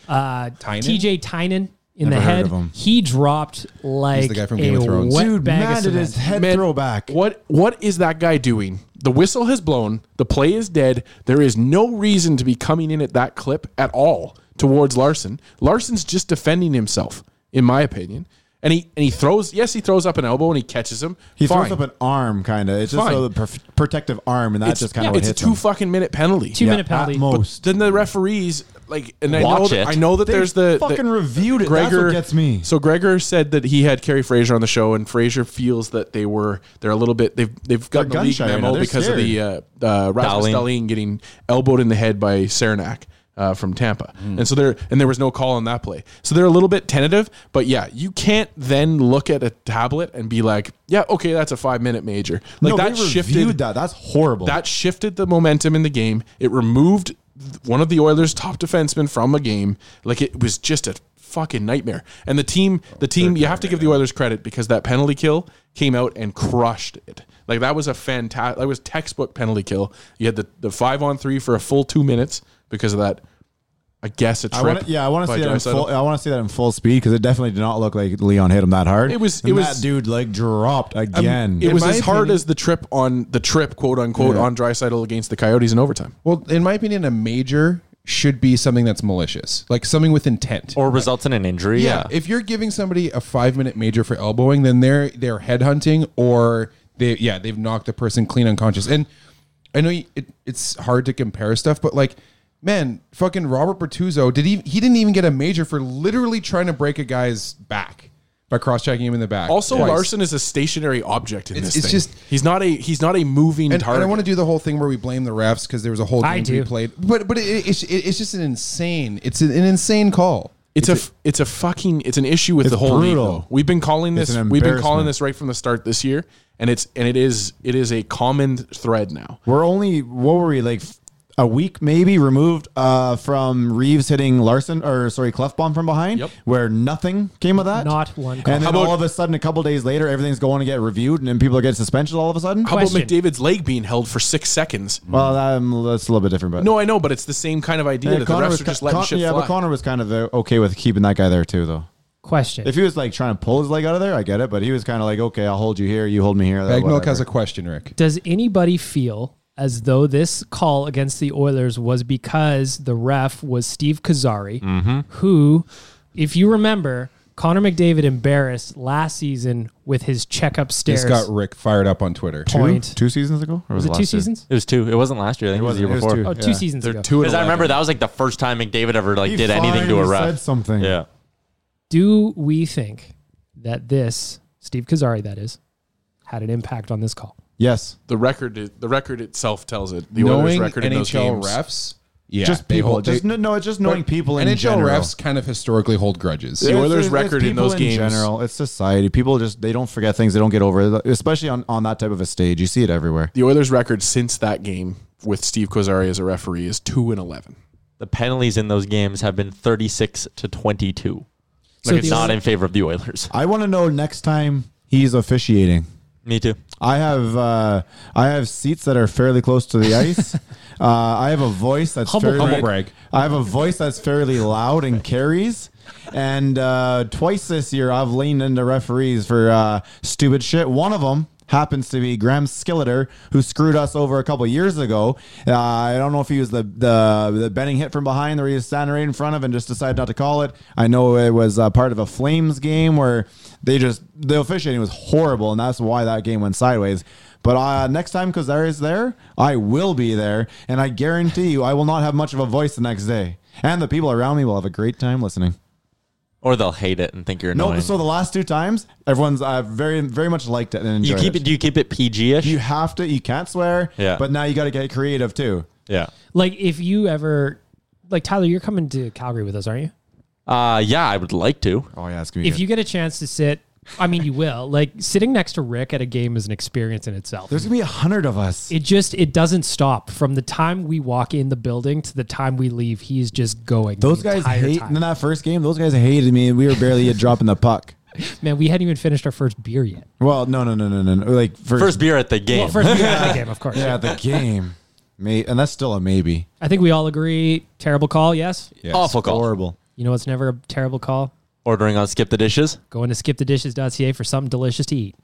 B: Uh, TJ Tynan in the
F: Never heard
B: head.
F: of him.
B: He dropped like
G: the guy from
B: a
G: Game of Thrones.
B: wet
F: Dude,
B: bag of
F: mad at his
B: cement.
F: head
D: Man,
F: throwback.
D: What what is that guy doing? The whistle has blown. The play is dead. There is no reason to be coming in at that clip at all towards Larson. Larson's just defending himself, in my opinion. And he and he throws. Yes, he throws up an elbow and he catches him.
F: He
D: Fine.
F: throws up an arm, kind of. It's just
D: Fine.
F: a prof- protective arm, and that
D: It's,
F: just kind
D: yeah,
F: of
D: it's a
F: hits
D: two
F: him.
D: fucking minute penalty.
B: Two minute
F: At
B: penalty.
F: most.
D: Then the referees like, and I know
E: Watch
D: that,
E: it.
D: I know that
F: They
D: there's the
F: fucking
D: the,
F: reviewed it. That's what gets me.
D: So Gregor said that he had Carrie Fraser on the show, and Fraser feels that they were they're a little bit they've they've gotten
F: gun
D: a league
F: shy right now.
D: memo
F: They're
D: because of the uh, uh, Rasmus
E: Dahlin.
D: Dahlin getting elbowed in the head by Saranac. Uh, from Tampa,
E: Mm.
D: and so there, and there was no call on that play, so they're a little bit tentative. But yeah, you can't then look at a tablet and be like, "Yeah, okay, that's a five minute major." Like
F: no,
D: that
F: they
D: shifted
F: reviewed that. That's horrible.
D: that shifted the momentum in the game. It removed th- one of the Oilers' top defensemen from a game. Like it was just a fucking nightmare. And the team, the team, you have to give the Oilers credit because that penalty kill came out and crushed it. Like that was a fantastic, that was textbook penalty kill. You had the the five on three for a full two minutes because of that. I guess a
F: I
D: trip.
F: want yeah, I want to
D: by
F: see that. In
D: Draisaitl.
F: full, uh, I want to see that in full speed because it definitely did not look like Leon hit him that hard.
D: It was-
F: And
D: it was- Um,
F: that dude like dropped again.
D: It was
G: my
D: as hard
G: opinion-
D: as the trip on the trip, quote unquote, on Drysidle against the Coyotes in overtime.
G: Well, in my opinion, a major should be something that's malicious, like something with intent.
E: or results in an injury.
G: yeah. if you're giving somebody a five minute major for elbowing, then they're they're headhunting or they yeah they've knocked the person clean unconscious. And I know you- it, it's hard to compare stuff, but like. Man, fucking Robert Bertuzzo did he? He didn't even get a major for literally trying to break a guy's back by cross-checking him in the back.
D: Also,
G: twice.
D: Larson is a stationary object in
G: It's-
D: this.
G: it's
D: thing.
G: just-
D: he's not a he's not a moving
G: And, and
D: target.
G: I want to do the whole thing where we blame the refs because there was a whole game
B: I
G: to be
B: do.
G: played. But but it, it's it, it's just an insane. It's an, an insane call.
D: it's a, f- it's a fucking it's an issue with
F: It's
D: the whole league.
F: brutal.
D: though. We've been calling
F: It's
D: this
F: an
D: we've been calling
F: embarrassment.
D: this right from the start this year, and it's and it is it is a common thread now.
F: We're only what were we like f- a week maybe removed uh, from Reeves hitting Larson or sorry Clefbaum from behind,
D: Yep.
F: where nothing came of that.
B: Not one call.
F: And then
D: How about-
F: all of a sudden, a couple days later, everything's going to get reviewed, and then people are getting suspensions all of a sudden.
D: How
B: Question.
D: about McDavid's leg being held for six seconds?
F: well, um, that's a little bit different, but
D: No, I know, but it's the same kind of idea
F: Yeah,
D: that
F: Connor
D: the
F: was
D: refs are
F: ki-
D: just letting
F: Con-
D: shit
F: yeah,
D: fly.
F: but Connor was kind of uh, okay with keeping that guy there too, though.
B: Question.
F: If he was like trying to pull his leg out of there, I get it, but he was kind of like, okay, I'll hold you here, you hold me here. that-
G: Bag Milk has
F: whatever.
G: a question, Rick.
B: Does anybody feel as though this call against the Oilers was
G: Mm-hmm.
B: because the ref was Steve Kazari, who, if you remember, Connor McDavid embarrassed last season with his check upstairs
G: This got Rick fired up on Twitter.
B: point.
F: Two seasons ago? Or
B: Was it
F: last
B: two
F: year?
B: seasons?
E: It was two. It wasn't last year. I think it was the year
F: wasn't. It was
E: before.
F: two.
B: Oh, two
G: Yeah.
B: seasons ago.
D: two
E: Because I remember that was like the first time McDavid ever like
F: He
E: did anything to a
F: finally
E: ref.
F: Said something.
E: Yeah.
B: Do we think that this Steve Kazari that is had an impact on this call?
F: Yes.
D: The record, i- the record itself tells it. The Oilers
G: Knowing
D: record in those
G: NHL
D: games.
G: refs, yeah,
F: just
G: they
F: people.
G: hold-
F: just
G: they-
F: no, no, it's just knowing
G: But
F: people in
G: NHL
F: general.
G: refs kind of historically hold grudges.
D: The
F: It's-
D: Oilers'
F: it's- it's
D: record in
F: people
D: those games-
F: general, it's society. People just they don't forget things. They don't get over, it, especially on on that type of a stage. You see it everywhere.
D: The Oilers' record since that game with Steve Kozari as a referee is two and eleven.
E: The penalties in those games have been 36 to 22.
B: So
E: it's
B: the-
E: not in favor of the Oilers.
F: I want to know next time he's officiating.
E: Me too.
F: I have uh, I have seats that are fairly close to the ice. uh, I have a voice that's
B: Humble
F: fairly,
B: brag. Humble
G: brag.
F: I have a voice that's fairly loud and carries. And uh, twice this year, I've leaned into referees for uh, stupid shit. One of them happens to be Graham Skilleter, who screwed us over a couple years ago. Uh, I don't know if he was the the the betting hit from behind or he was standing right in front of and just decided not to call it. I know it was uh, part of a Flames game where they just the officiating was horrible, and that's why that game went sideways. But uh, next time Kozar is there, I will be there, and I guarantee you, I will not have much of a voice the next day, and the people around me will have a great time listening.
E: Or they'll hate it and think you're
F: No,
E: annoying.
F: so the last two times, everyone's I've very very much liked it and
E: you
F: enjoyed
E: keep it.
F: it.
E: Do you keep it PG-ish?
F: You have to. You can't swear.
E: Yeah.
F: But now you got to get creative too.
E: yeah.
B: Like if you ever like Tyler, you're coming to Calgary with us, aren't you?
E: Uh, yeah, I would like to.
F: Oh yeah, it's gonna be.
B: If you get a chance to sit, I mean you will. Like sitting next to Rick at a game is an experience in itself.
F: there's gonna be a hundred of us.
B: it just it doesn't stop from the time we walk in the building to the time we leave. He's just going. the
F: those guys
B: entire
F: hate
B: time.
F: in that first game. Those guys hated me, and we were barely a drop in the puck.
B: Man, we hadn't even finished our first beer yet.
F: Well, no, no, no, no, no. no. Like first,
E: First beer at the game.
B: Well, first beer at the game, of course.
F: yeah, the game, May and that's still a maybe.
B: I think we all agree. Terrible call. Yes.
G: Yes.
F: Oh,
E: Awful call.
F: Horrible.
B: You know what's never a terrible call?
E: Ordering on Skip the Dishes.
B: Going to skipthedishes.ca for something delicious to eat.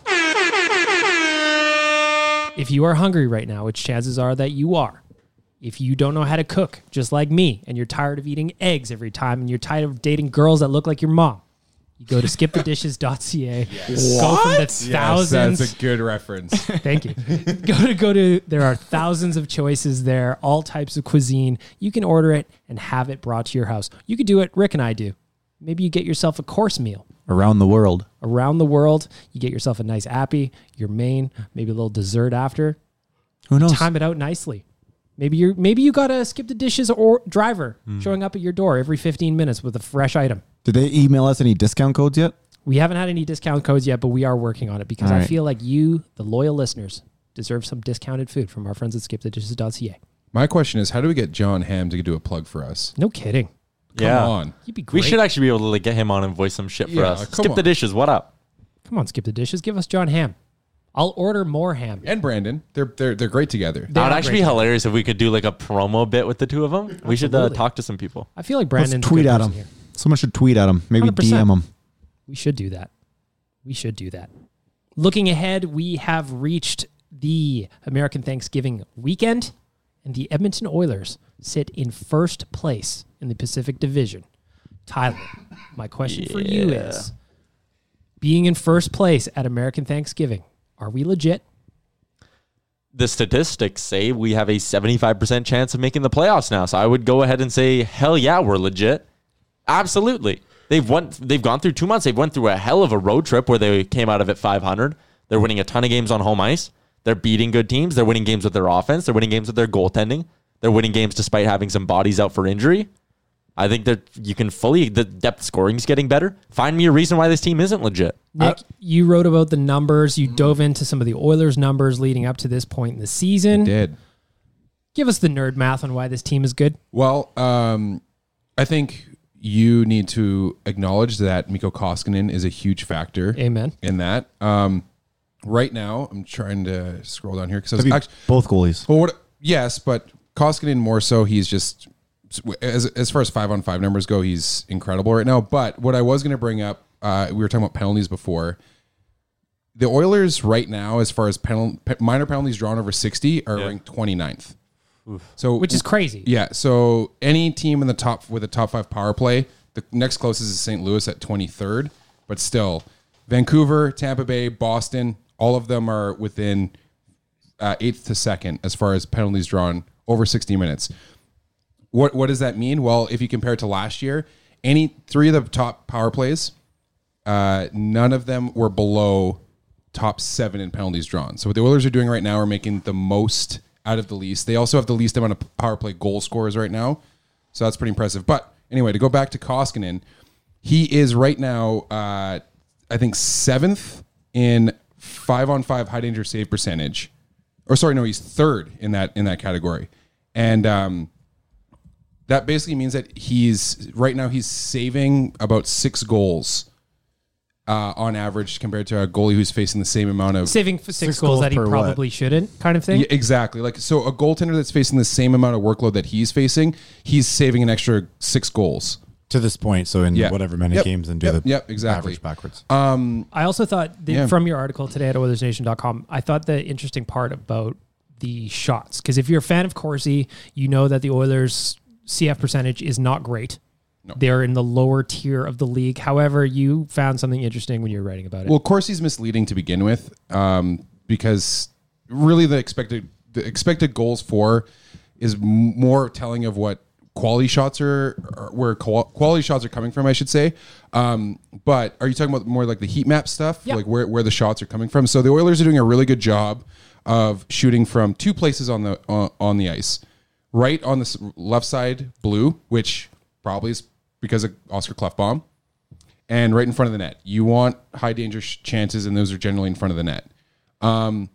B: If you are hungry right now, which chances are that you are, if you don't know how to cook, just like me, and you're tired of eating eggs every time, and you're tired of dating girls that look like your mom, you go to skipthedishes.ca. Go from the
G: Yes,
B: thousands.
G: That's a good reference.
B: Thank you. go to go to. There are thousands of choices there, all types of cuisine. You can order it and have it brought to your house. You could do it. Rick and I do. Maybe you get yourself a course meal
F: Around the world.
B: around the world. You get yourself a nice appy, your main, maybe a little dessert after.
F: Who knows?
B: Time it out nicely. Maybe you maybe you got to skip the dishes or driver
F: Mm.
B: showing up at your door every 15 minutes with a fresh item.
F: Did they email us any discount codes yet?
B: We haven't had any discount codes yet, but we are working on it because
F: All
B: I
F: right.
B: feel like you, the loyal listeners, deserve some discounted food from our friends at skipthedishes.ca.
G: My question is, how do we get John Hamm to do a plug for us?
B: No kidding.
G: Come
E: yeah.
G: on.
B: You'd be great.
E: We should actually be able to like, get him on and voice some shit for
G: Yeah,
E: us.
G: come
E: Skip the
G: on.
E: dishes. What up?
B: Come on, skip the dishes. Give us John Ham. I'll order more ham.
G: And Brandon, they're they're they're great together.
B: They
E: that would
B: are
E: actually be
B: great.
E: hilarious if we could do like a promo bit with the two of them. We should uh,
B: Absolutely.
E: talk to some people.
B: I feel like
F: Let's
B: Brandon's a
F: tweet
B: good
F: at
B: person
F: them.
B: here.
F: Someone should tweet at them. Maybe
B: 100%.
F: DM them.
B: We should do that. We should do that. Looking ahead, we have reached the American Thanksgiving weekend, and the Edmonton Oilers sit in first place in the Pacific Division. Tyler, my question for you is being in first place at American Thanksgiving, are we legit?
E: The statistics say we have a 75% chance of making the playoffs now. So I would go ahead and say, hell yeah, we're legit. Absolutely. They've won. They've gone through two months. They've went through a hell of a road trip where they came out of it 500. They're winning a ton of games on home ice. They're beating good teams. They're winning games with their offense. They're winning games with their goaltending. They're winning games despite having some bodies out for injury. I think that you can fully the depth scoring's getting better. Find me a reason why this team isn't legit.
B: Nick, you wrote about the numbers. You dove into some of the Oilers' numbers leading up to this point in the season.
G: Did.
B: Give us the nerd math on why this team is good.
G: Well, um, I think you need to acknowledge that Miko Koskinen is a huge factor.
B: Amen.
G: In that, um, right now, I'm trying to scroll down here because I was
F: Maybe
G: actually.
F: both goalies.
G: But what? Yes, but Koskinen more so. He's just as as far as five on five numbers go, he's incredible right now. But what I was going to bring up, uh, we were talking about penalties before. The Oilers right now, as far as penal, pe- minor penalties drawn over sixty, are ranked 29th. So
B: Which is crazy.
G: yeah. So any team in the top with a top five power play, The next closest is St. Louis at 23rd, but still, Vancouver, Tampa Bay, Boston, all of them are within uh, eighth to second as far as penalties drawn over 60 minutes. What what does that mean? Well, if you compare it to last year, any three of the top power plays, uh, none of them were below top seven in penalties drawn. So what the Oilers are doing right now are making the most out of the least. They also have the least amount of power play goal scorers right now, so that's pretty impressive. But anyway, to go back to Koskinen, he is right now, uh, I think seventh in five on five high danger save percentage, or sorry, no, he's third in that in that category, and. Um, that basically means that he's right now he's saving about six goals uh, on average compared to a goalie who's facing the same amount of
B: Saving f- six, goals,
D: goals
B: that he
D: per what?
B: probably shouldn't, kind of thing.
G: Yeah, exactly like so a goaltender that's facing the same amount of workload that he's facing he's saving an extra six goals
F: to this point. So in
G: Yeah.
F: whatever many
G: Yep.
F: games and do
G: Yep.
F: the
G: Yep, exactly.
F: average backwards.
B: I also thought that from your article today at OilersNation.com, I thought the interesting part about the shots because if you're a fan of Corsi, you know that the Oilers' CF percentage is not great. They're in the lower tier of the league. However, you found something interesting when you were writing about it.
G: well Corsi's misleading to begin with um, because really the expected the expected goals for is m- more telling of what quality shots are are- where qual- quality shots are coming from I should say um, but are you talking about more like the heat map stuff
B: Yeah.
G: like where, where the shots are coming from so the Oilers are doing a really good job of shooting from two places on the on, on the ice right on the s- left side blue which probably is because of Oscar Clefbaum and right in front of the net. You want high danger sh- chances, and those are generally in front of the net. Um,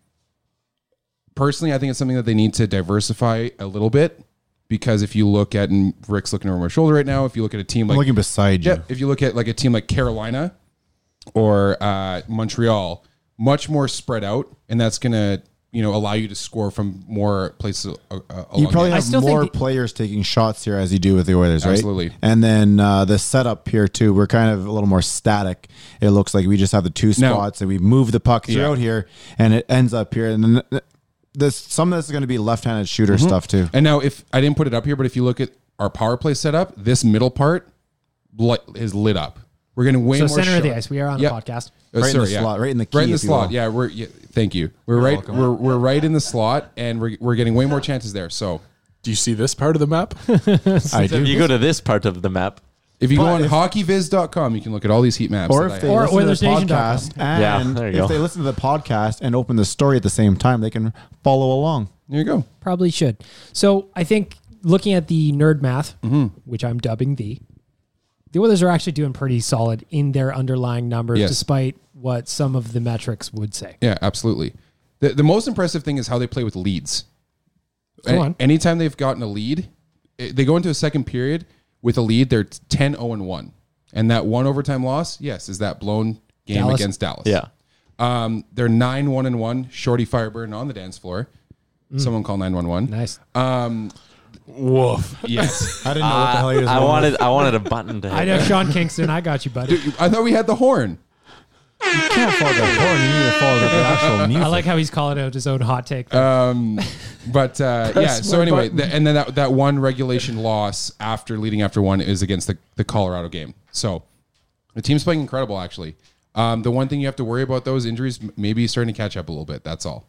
G: personally, I think it's something that they need to diversify a little bit because if you look at and Rick's looking over my shoulder right now, if you look at a team
F: I'm
G: like
F: looking beside
G: yeah,
F: you.
G: if you look at like a team like Carolina or uh, Montreal, much more spread out, and that's gonna you know allow you to score from more places. Uh, uh,
F: You
G: along
F: probably
G: the-
F: have
B: still
F: more
B: think the-
F: players taking shots here as you do with the Oilers, right?
G: Absolutely.
F: And then uh, the setup here too, we're kind of a little more static. It looks like we just have the two
G: No.
F: spots and we move the puck throughout here, and it ends up here. And then this some of this is going to be left-handed shooter stuff too.
G: Mm-hmm. And now, if I didn't put it up here, but if you look at our power play setup, this middle part li- is lit up. We're going to way
B: so
G: more
B: center of the
G: shot-
B: ice. We are on
G: Yep.
B: a podcast.
G: Oh,
F: Right in
G: sorry,
F: the
G: yeah.
F: slot, right in the
G: right
F: key,
G: in the
F: if you
G: slot.
F: will.
G: Yeah, we're. Yeah, thank you. We're right. We're, we're right in the slot, and we're, we're getting way more chances there. So
D: Do you see this part of the map?
F: I do.
E: You go to this part of the map.
G: if you go on hockeyviz.com, you can look at all these heat maps.
F: Or
G: that I
F: if they
G: have.
B: Or
F: listen to the
B: OilersNation.com.
F: podcast,
E: Yeah,
F: and
E: there you
F: if
E: go.
F: they listen to the podcast and open the story at the same time, they can follow along.
G: there you go.
B: Probably should. So I think looking at the nerd math, which I'm dubbing the, the Oilers are actually doing pretty solid in their underlying numbers,
G: Yes.
B: despite what some of the metrics would say.
G: Yeah, absolutely. The, the most impressive thing is how they play with leads.
B: Go on.
G: Anytime they've gotten a lead, i- they go into a second period with a lead, they're 10 0 1. And that one overtime loss, yes, is that blown game
B: Dallas.
G: against Dallas.
E: Yeah.
G: Um, they're 9 1 and 1, shorty fireburn on the dance floor.
B: Mm.
G: Someone call 911.
B: Nice.
D: Woof.
G: Yes.
F: I didn't know what the hell you was
E: Uh, I wanted I wanted a button to hit.
B: I know Sean Kingston. I got you, buddy.
G: I thought we had the horn.
F: can't follow the horn. You need to follow the actual music.
B: I like how he's calling out his own hot take.
G: But uh, yeah, so
D: my
G: anyway,
D: button.
G: th- and then that, that one regulation loss after leading after one is against the, the Colorado game. So the team's playing incredible, actually. Um, the one thing you have to worry about though is injuries m- maybe starting to catch up a little bit. That's all.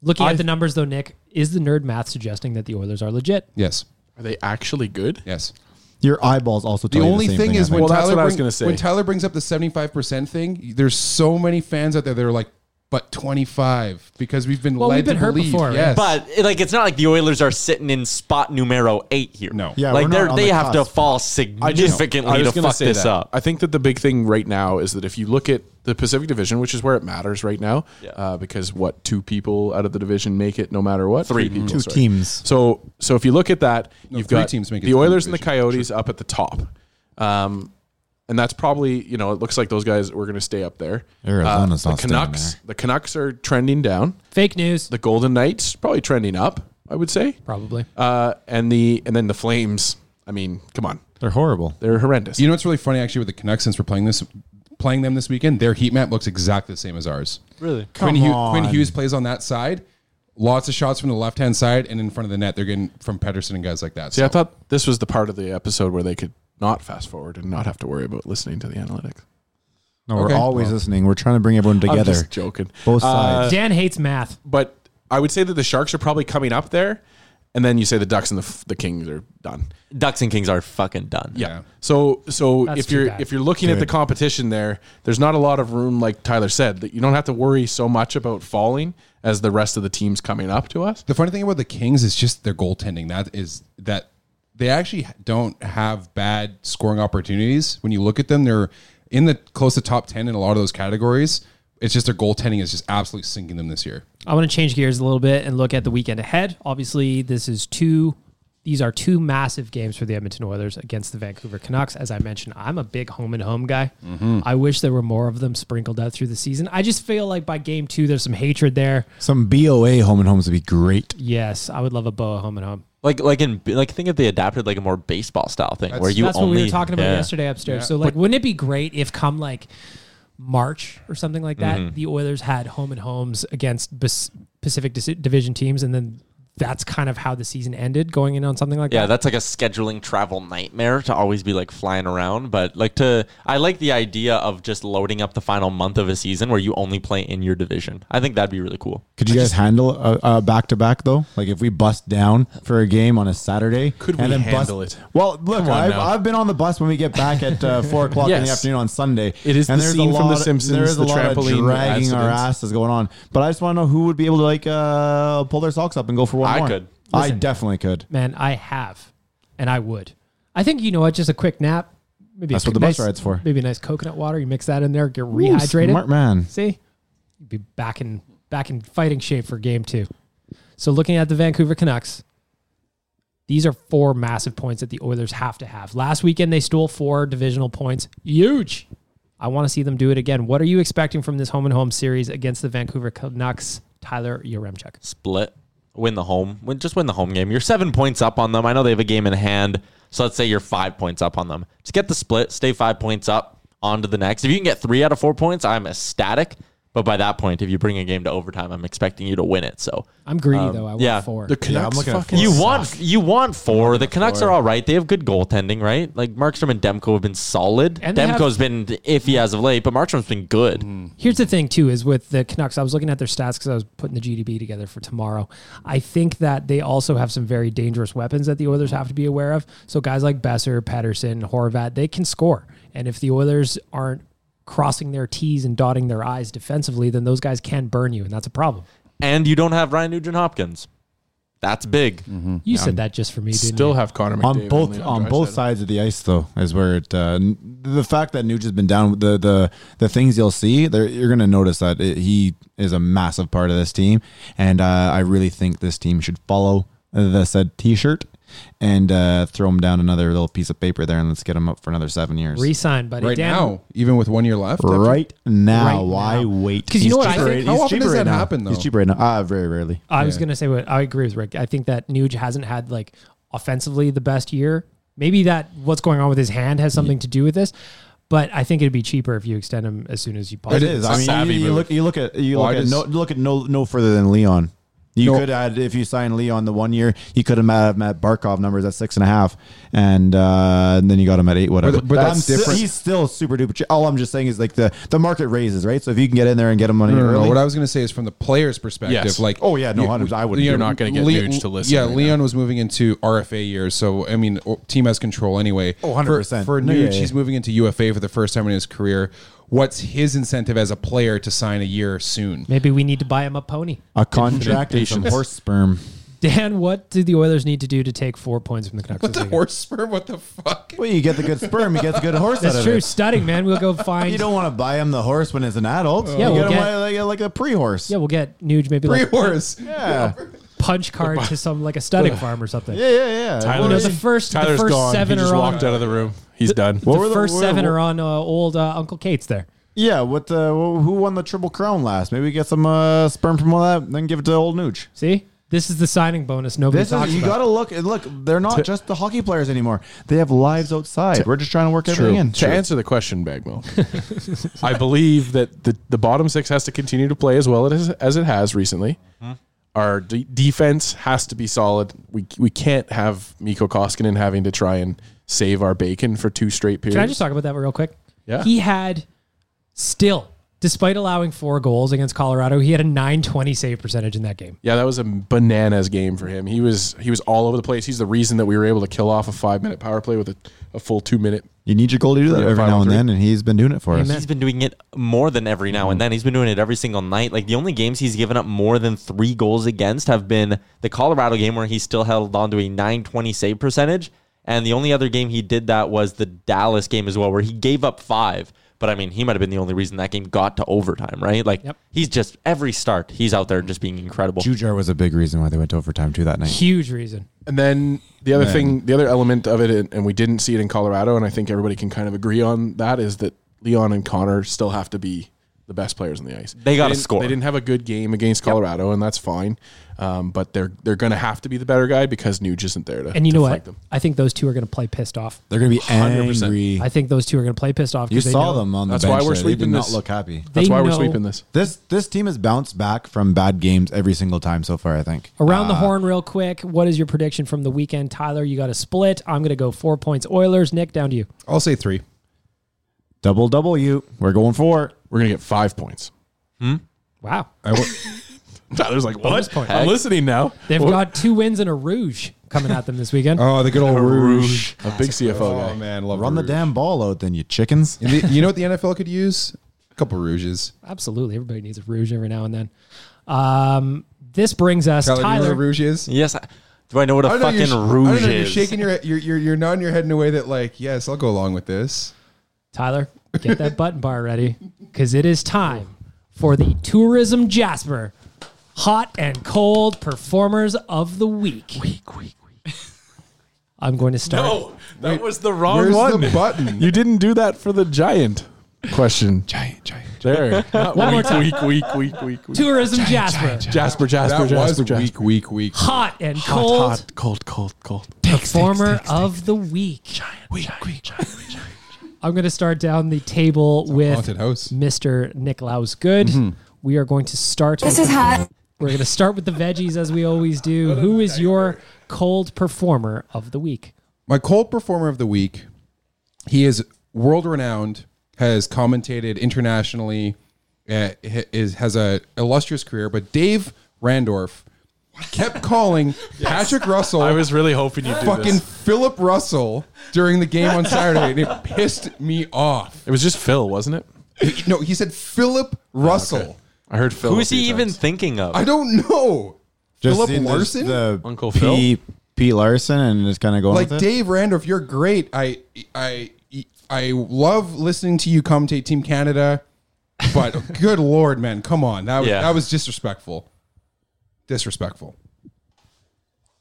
B: Looking at the numbers, though, Nick, is the nerd math suggesting that the Oilers are legit?
G: Yes,
D: Are they actually good?
G: yes.
F: Your eyeballs also.
G: The
F: Tell you
G: only
F: same
G: thing,
F: thing I
G: is
F: think.
G: when
D: Well, that's
G: Tyler
D: what I was
G: bring-
D: gonna say.
G: when Tyler brings up the seventy five percent thing, there's so many fans out there that are like, but twenty five because we've been
B: Well,
G: led
B: we've been
G: to
B: hurt
G: believe.
B: before, right?
G: yes,
E: But it- like, it's not like the Oilers are sitting in spot numero eight here.
G: No.
F: Yeah,
E: like
F: we're
E: they're,
F: not on
E: they
F: the
E: have to
F: cusp.
E: fall
D: just- I
E: significantly
D: was
E: to
D: gonna
E: fuck
D: say
E: this
D: that.
E: up.
D: Uh, I think that the big thing right now is that if you look at the Pacific Division, which is where it matters right now, uh, because what two people out of the division make it, no matter what, three,
G: Oh,
D: people,
F: Two teams.
D: So, so if you look at that, you've
G: three
D: got
G: teams make it
D: the
G: to the
D: Oilers and the
G: division, for
D: Coyotes up at the top, um, and that's probably you know it looks like those guys were going to stay up there. Uh,
F: Arizona's
D: the
F: not staying
D: Canucks,
F: there.
D: the Canucks are trending down.
B: Fake news.
D: The Golden Knights probably trending up. I would say,
B: Probably.
D: uh, and the and then the Flames. I mean, come on,
F: They're horrible.
D: they're horrendous.
G: you know what's really funny actually with the Canucks since we're playing this, playing them this weekend, their heat map looks exactly the same as ours.
D: really,
G: Quinn, Hugh-
F: on.
G: Quinn Hughes plays on that side. Lots of shots from the left hand side and in front of the net. They're getting from Pedersen and guys like that.
D: See, I thought this was the part of the episode where they could not fast forward and not have to worry about listening to the analytics.
F: No, we're
G: Okay.
F: always listening. We're trying to bring everyone
D: I'm
F: together.
D: just joking. Uh,
F: Both sides.
B: Dan hates math.
D: but I would say that the Sharks are probably coming up there, and then you say the Ducks and the F- the Kings are done.
E: Ducks and Kings are fucking done.
D: Yeah. So so
B: That's
D: if
B: too
D: you're
B: bad.
D: if you're looking at the competition there, there's not a lot of room, like Tyler said, that you don't have to worry so much about falling as the rest of the teams coming up to us.
G: The funny thing about the Kings is just their goaltending. That is that they actually don't have bad scoring opportunities. When you look at them, they're in the close to top ten in a lot of those categories. It's just their goaltending is just absolutely sinking them this year.
B: I want to change gears a little bit and look at the weekend ahead. Obviously, this is two. These are two massive games for the Edmonton Oilers against the Vancouver Canucks. As I mentioned, I'm a big home and home guy.
E: Mm-hmm.
B: I wish there were more of them sprinkled out through the season. I just feel like by game two, there's some hatred there.
F: Some BOA home and homes would be great.
B: Yes, I would love a boa home and home.
E: Like like in like think if they adapted like a more baseball style thing where you
B: That's
E: only
B: what we were talking about
E: Yeah.
B: yesterday upstairs. So, like, wouldn't it be great if come like March or something like that,
E: Mm-hmm.
B: the Oilers had home and homes against Bas- Pacific Dis- Division teams, and then that's kind of how the season ended, going in on something like
E: Yeah,
B: that.
E: that's like a scheduling travel nightmare to always be like flying around. But like to, I like the idea of just loading up the final month of a season where you only play in your division. I think that'd be really cool.
F: Could you guys handle a- a back to back though? Like if we bust down for a game on a Saturday,
D: Could we handle
F: bust,
D: it?
F: Well, look,
D: Come on
F: I've,
D: now.
F: I've been on the bus when we get back at uh, four o'clock in
D: Yes.
F: the afternoon on Sunday.
D: It is
F: and
D: the
F: there's
D: scene
F: a
D: from
F: lot
D: The
F: of-
D: Simpsons,
F: There is
D: the
F: a lot of
D: trampoline
F: dragging our
D: accident.
F: asses going on. But I just want to know who would be able to like uh, pull their socks up and go for one
E: I
F: more.
E: could.
F: I definitely could.
B: Man, I have, and I would. I think you know what? Just a quick nap. Maybe
F: That's
B: a
F: what the
B: nice,
F: bus ride's for.
B: Maybe a nice coconut water. You mix that in there, get
F: Ooh,
B: rehydrated.
F: smart man.
B: See, you'd be back in back in fighting shape for game two. So looking at the Vancouver Canucks, these are four massive points that the Oilers have to have. Last weekend they stole four divisional points. Huge. I want to see them do it again. What are you expecting from this home and home series against the Vancouver Canucks? Tyler Yaremchuk.
E: Split, win the home, win, just win the home game. You're seven points up on them. I know they have a game in hand, so let's say you're five points up on them. Just get the split, stay five points up, on to the next. If you can get three out of four points, I'm ecstatic. But by that point, if you bring a game to overtime, I'm expecting you to win it. So
B: I'm greedy though. I want
E: yeah.
B: four.
D: The Canucks
F: looking at
D: fucking
E: You
D: suck.
E: want you want four. The Canucks are all right. They have good goaltending, right? Like Markstrom and Demko have been solid.
B: And they have- Hmm.
E: Demko's been iffy as of late, but Markstrom's been good.
B: Here's the thing too is with the Canucks. I was looking at their stats because I was putting the GDB together for tomorrow. I think that they also have some very dangerous weapons that the Oilers have to be aware of. So guys like Besser, Patterson, Horvat, they can score. And if the Oilers aren't crossing their T's and dotting their I's defensively, then those guys can burn you, and that's a problem.
E: And you don't have Ryan Nugent Hopkins. That's big.
G: Hmm.
B: You said that just for me, didn't
D: Still
B: you?
D: have Connor McDavid
F: on both
D: the
F: on
D: drive
F: both
D: side.
F: sides of the ice though is where it uh, n- the fact that Nuge has been down the the the things you'll see there you're gonna notice that it, he is a massive part of this team and uh, I really think this team should follow the said T-shirt and uh, throw him down another little piece of paper there and let's get him up for another seven years.
B: Resign, buddy.
G: Right
B: Dan,
G: now, even with one year left,
F: Right now,
B: Right
F: why
B: now.
F: wait?
B: 'Cause you
F: He's
B: know what I
F: cheaper
B: think?
F: right-
G: How
F: he's
G: often
F: cheaper
G: does
F: right
G: that
F: now.
G: happen,
F: He's
G: though?
F: cheaper right now. Ah, very rarely.
B: I was gonna say what I agree with Rick. I think that Nuge hasn't had like offensively the best year. Maybe that what's going on with his hand has something to do with this. But I think it'd be cheaper if you extend him as soon as you
F: It
B: possibly.
F: is.
G: a
F: I mean,
G: savvy
F: you, you
G: move.
F: look. You look at. You
G: Well,
F: look
G: I
F: at. No,
G: just-
F: look at no. No further than Leon. You
G: No.
F: could add if you sign Leon the one year, you could have had him at Barkov numbers at six and a half, and, uh, and then you got him at eight, whatever.
G: But- but
F: I'm
G: that's
F: still-
G: different.
F: he's still super duper. cheap. All I'm just saying is like the the market raises, right? So if you can get in there and get him money
G: No, no, no,
F: early,
G: What I was going to say is from the player's perspective.
D: Yes.
G: Like,
F: Oh, yeah, no,
G: you-
F: 100%, I wouldn't.
G: you
F: You're
D: not gonna get
G: Le-
D: Nuge to listen
G: Yeah,
D: right now.
G: Leon was moving into RFA years, so I mean, o- team has control anyway.
F: Oh, 100%.
G: For, for
F: No,
G: Nuge,
F: yeah, yeah.
G: he's moving into UFA for the first time in his career. What's his incentive as a player to sign a year soon?
B: Maybe we need to buy him a pony.
F: a contract and some horse sperm.
B: Dan, what do the Oilers need to do to take four points from the Canucks?
G: What
B: this
G: the
B: weekend?
G: horse sperm? What the fuck?
F: Well, you get the good sperm, you get the good horse out
B: That's
F: of
B: true.
F: it.
B: Studding, man. We'll go find.
F: You don't want to buy him the horse when it's an adult.
B: Yeah,
F: you
B: we'll
F: get him
B: get-
F: like, like a- like a pre-horse.
B: yeah, we'll get Nuge maybe
G: Free
B: like
G: horse.
F: Yeah,
B: punch card to some like a studding farm or something.
F: yeah, yeah. yeah.
B: You know, the first,
D: Tyler's
B: the first
D: gone.
B: seven
D: he just
B: are on.
D: walked out of the room. He's done.
F: What were
B: the
F: the-
B: first
F: what-
B: seven
F: what-
B: are on uh, old uh, Uncle Kate's there.
F: Yeah, what the who won the triple crown last? Maybe we get some uh, sperm from all that, then give it to old Nooch.
B: See, this is the signing bonus. Nobody
F: This
B: talks
F: is you
B: about.
F: gotta look. Look, they're not just the hockey players anymore. They have lives outside. We're just trying to work everything in.
D: To answer the question, Bagmo,
F: Hmm.
D: I believe that the, the bottom six has to continue to play as well as, as it has recently. Our de- defense has to be solid. We we can't have Miko Koskinen having to try and save our bacon for two straight periods.
B: Can I just talk about that real quick?
D: Yeah.
B: He had still, despite allowing four goals against Colorado, he had a 920 save percentage in that game.
D: Yeah, that was a bananas game for him. He was he was all over the place. He's the reason that we were able to kill off a five minute power play with a, a full two minute.
F: You need your goal to do that
D: Yeah,
F: every
D: final
F: now and
D: three.
F: then, and he's been doing it for us.
E: He's been doing it more than every now
G: Mm-hmm.
E: and then. He's been doing it every single night. Like the only games he's given up more than three goals against have been the Colorado game where he still held on to a 920 save percentage. And the only other game he did that was the Dallas game as well, where he gave up five. But I mean, he might have been the only reason that game got to overtime, right? Like
B: Yep.
E: he's just every start, he's out there just being incredible.
F: Jujar was a big reason why they went to overtime too that night.
B: Huge reason.
D: And then the other thing, the other element of it, and- and we didn't see it in Colorado, and I think everybody can kind of agree on that is that Leon and Connor still have to be the best players on the ice.
E: They gotta
D: didn't-
E: score.
D: They didn't have a good game against Colorado, and that's fine. Um, but they're they're going to have to be the better guy because Nuge isn't there to.
B: And you
D: to
B: know
D: flank Them.
B: what? I think those two are going to play pissed off.
F: They're gonna be
D: 100%.
F: angry.
B: I think those two are going to play pissed off.
F: You
B: 'cause they
F: saw
B: know-
F: them on the
D: That's
F: bench.
D: why we're
F: there.
D: sweeping
F: they did
D: this.
F: not look happy.
B: They
D: That's why we're
B: know-
D: sweeping this.
F: This this team has bounced back from bad games every single time so far. I think. Uh,
B: Around the horn, real quick. What is your prediction from the weekend, Tyler? You got a split. I'm going to go four points. Oilers. Nick, down to you.
G: I'll say three.
F: Double double you. We're going for.
D: We're going to get five points.
B: Wow,
G: I will,
D: Tyler's like, what?
B: point.
D: I'm listening now.
B: they've got two wins and a rouge coming at them this weekend.
F: Uh,
G: oh, the good old Rouge.
D: A big CFO guy.
G: Oh man, love
F: Run the
G: Rouge.
F: damn ball out, then you chickens.
G: And the- you know what the NFL could use? A couple Rouges.
B: Absolutely, everybody needs a rouge every now and then. Um, this brings us
G: Tyler, you know what a
B: Tyler.
G: Rouge is?
E: yes. I, do I know what a
G: I don't know,
E: fucking
G: you're sh- I
E: rouge
G: don't know, You're
E: is?
G: shaking your you're, you're you're nodding your head in a way that like yes, I'll go along with this.
B: Tyler, get that button bar ready because it is time for the Tourism Jasper Hot and Cold Performers of the Week. Week, week, week. I'm going to start.
D: that was the wrong
G: Where's the button?
D: You didn't do that for the giant question.
G: giant, giant.
D: There. Not
B: One more time.
D: week, week, week, week, week.
B: Tourism Jasper.
D: Jasper, Jasper,
G: That
D: Jasper,
G: was
D: Jasper.
G: weak, weak, week.
B: Hot and
D: Hot,
B: cold
D: hot, cold, cold, cold.
B: performer of the week. I'm going to start down the table with
G: Haunted house.
B: Mr. Nicklaus Good. We are going to start. This is hot. We're going to start with the veggies as we always do. Who is your cold performer of the week?
G: My cold performer of the week. He is world renowned. Has commentated internationally. Uh, h- is has a illustrious career. But Dave Randorf kept calling Patrick Russell.
D: I was really hoping you'd do
G: fucking
D: this.
G: Philip Russell during the game on Saturday, and it pissed me off.
D: It was just Phil, wasn't it?
G: No, he said Philip Russell.
D: I heard Phil.
E: Who's
D: a few
E: he even
D: times.
E: thinking of?
G: I don't know. Philip
F: seen this-
G: Larson?
F: the
D: Uncle
F: P, P Larson, and just kind of going
G: like
F: with it.
G: Dave Randolph, you're great. I I I love listening to you commentate Team Canada, but good lord, man, come on, that was,
E: Yeah.
G: that was disrespectful. Disrespectful.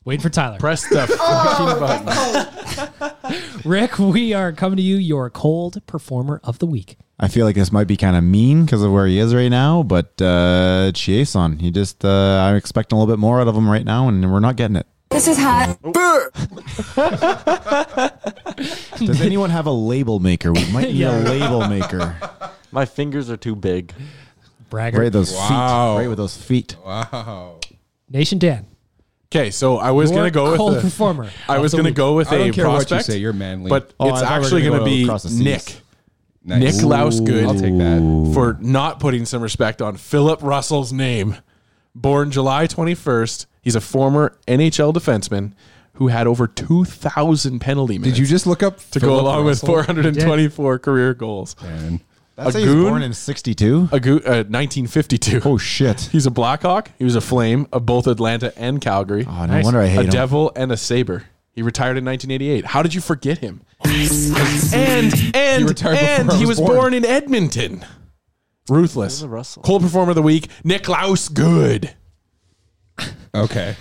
B: Wait for Tyler.
D: Press
G: Oh,
D: the fucking button.
B: Rick, we are coming to you, your cold performer of the week.
F: I feel like this might be kind of mean because of where he is right now, but uh, Chieson, he just uh, I'm expecting a little bit more out of him right now, and we're not getting it. This is hot. Does anyone have a label maker? We might need a label maker.
E: My fingers are too big.
B: Bragger.
F: Right those
G: Wow.
F: feet. Right with those feet.
G: Wow.
B: Nation Dan.
D: Okay, so I was
B: Your
D: gonna go
B: cold
D: with. A,
B: performer.
D: I
B: of
D: was
B: the
D: gonna
B: week.
D: go with
G: I don't
D: a
G: care what you
D: prospect.
G: say, you're manly.
D: But
F: Oh, I
D: it's
F: thought we were
D: actually
F: gonna
D: gonna,
F: go
D: be
F: across the seas.
D: Nick.
G: Nice.
D: Nick Louse Good.
G: I'll take that.
D: for not putting some respect on Philip Russell's name. Born July 21st, he's a former NHL defenseman who had over 2,000 penalty minutes
G: Did you just look up
D: to go along with 424 career goals.
G: Man.
F: That's
D: a
F: how he was
D: goon?
F: born in '62.
D: A goo- uh, 1952.
F: Oh shit!
D: He's a Blackhawk. He was a Flame of both Atlanta and Calgary.
F: Oh, no wonder I hate
D: a
F: him.
D: Devil and a Saber. He retired in 1988. How did you forget him? and and
G: retired before
D: and
G: I
D: he was
G: was
D: born.
G: born.
D: in Edmonton. Ruthless.
E: Russell.
D: Cold performer of the week. Nick Klaus Good.
G: Okay.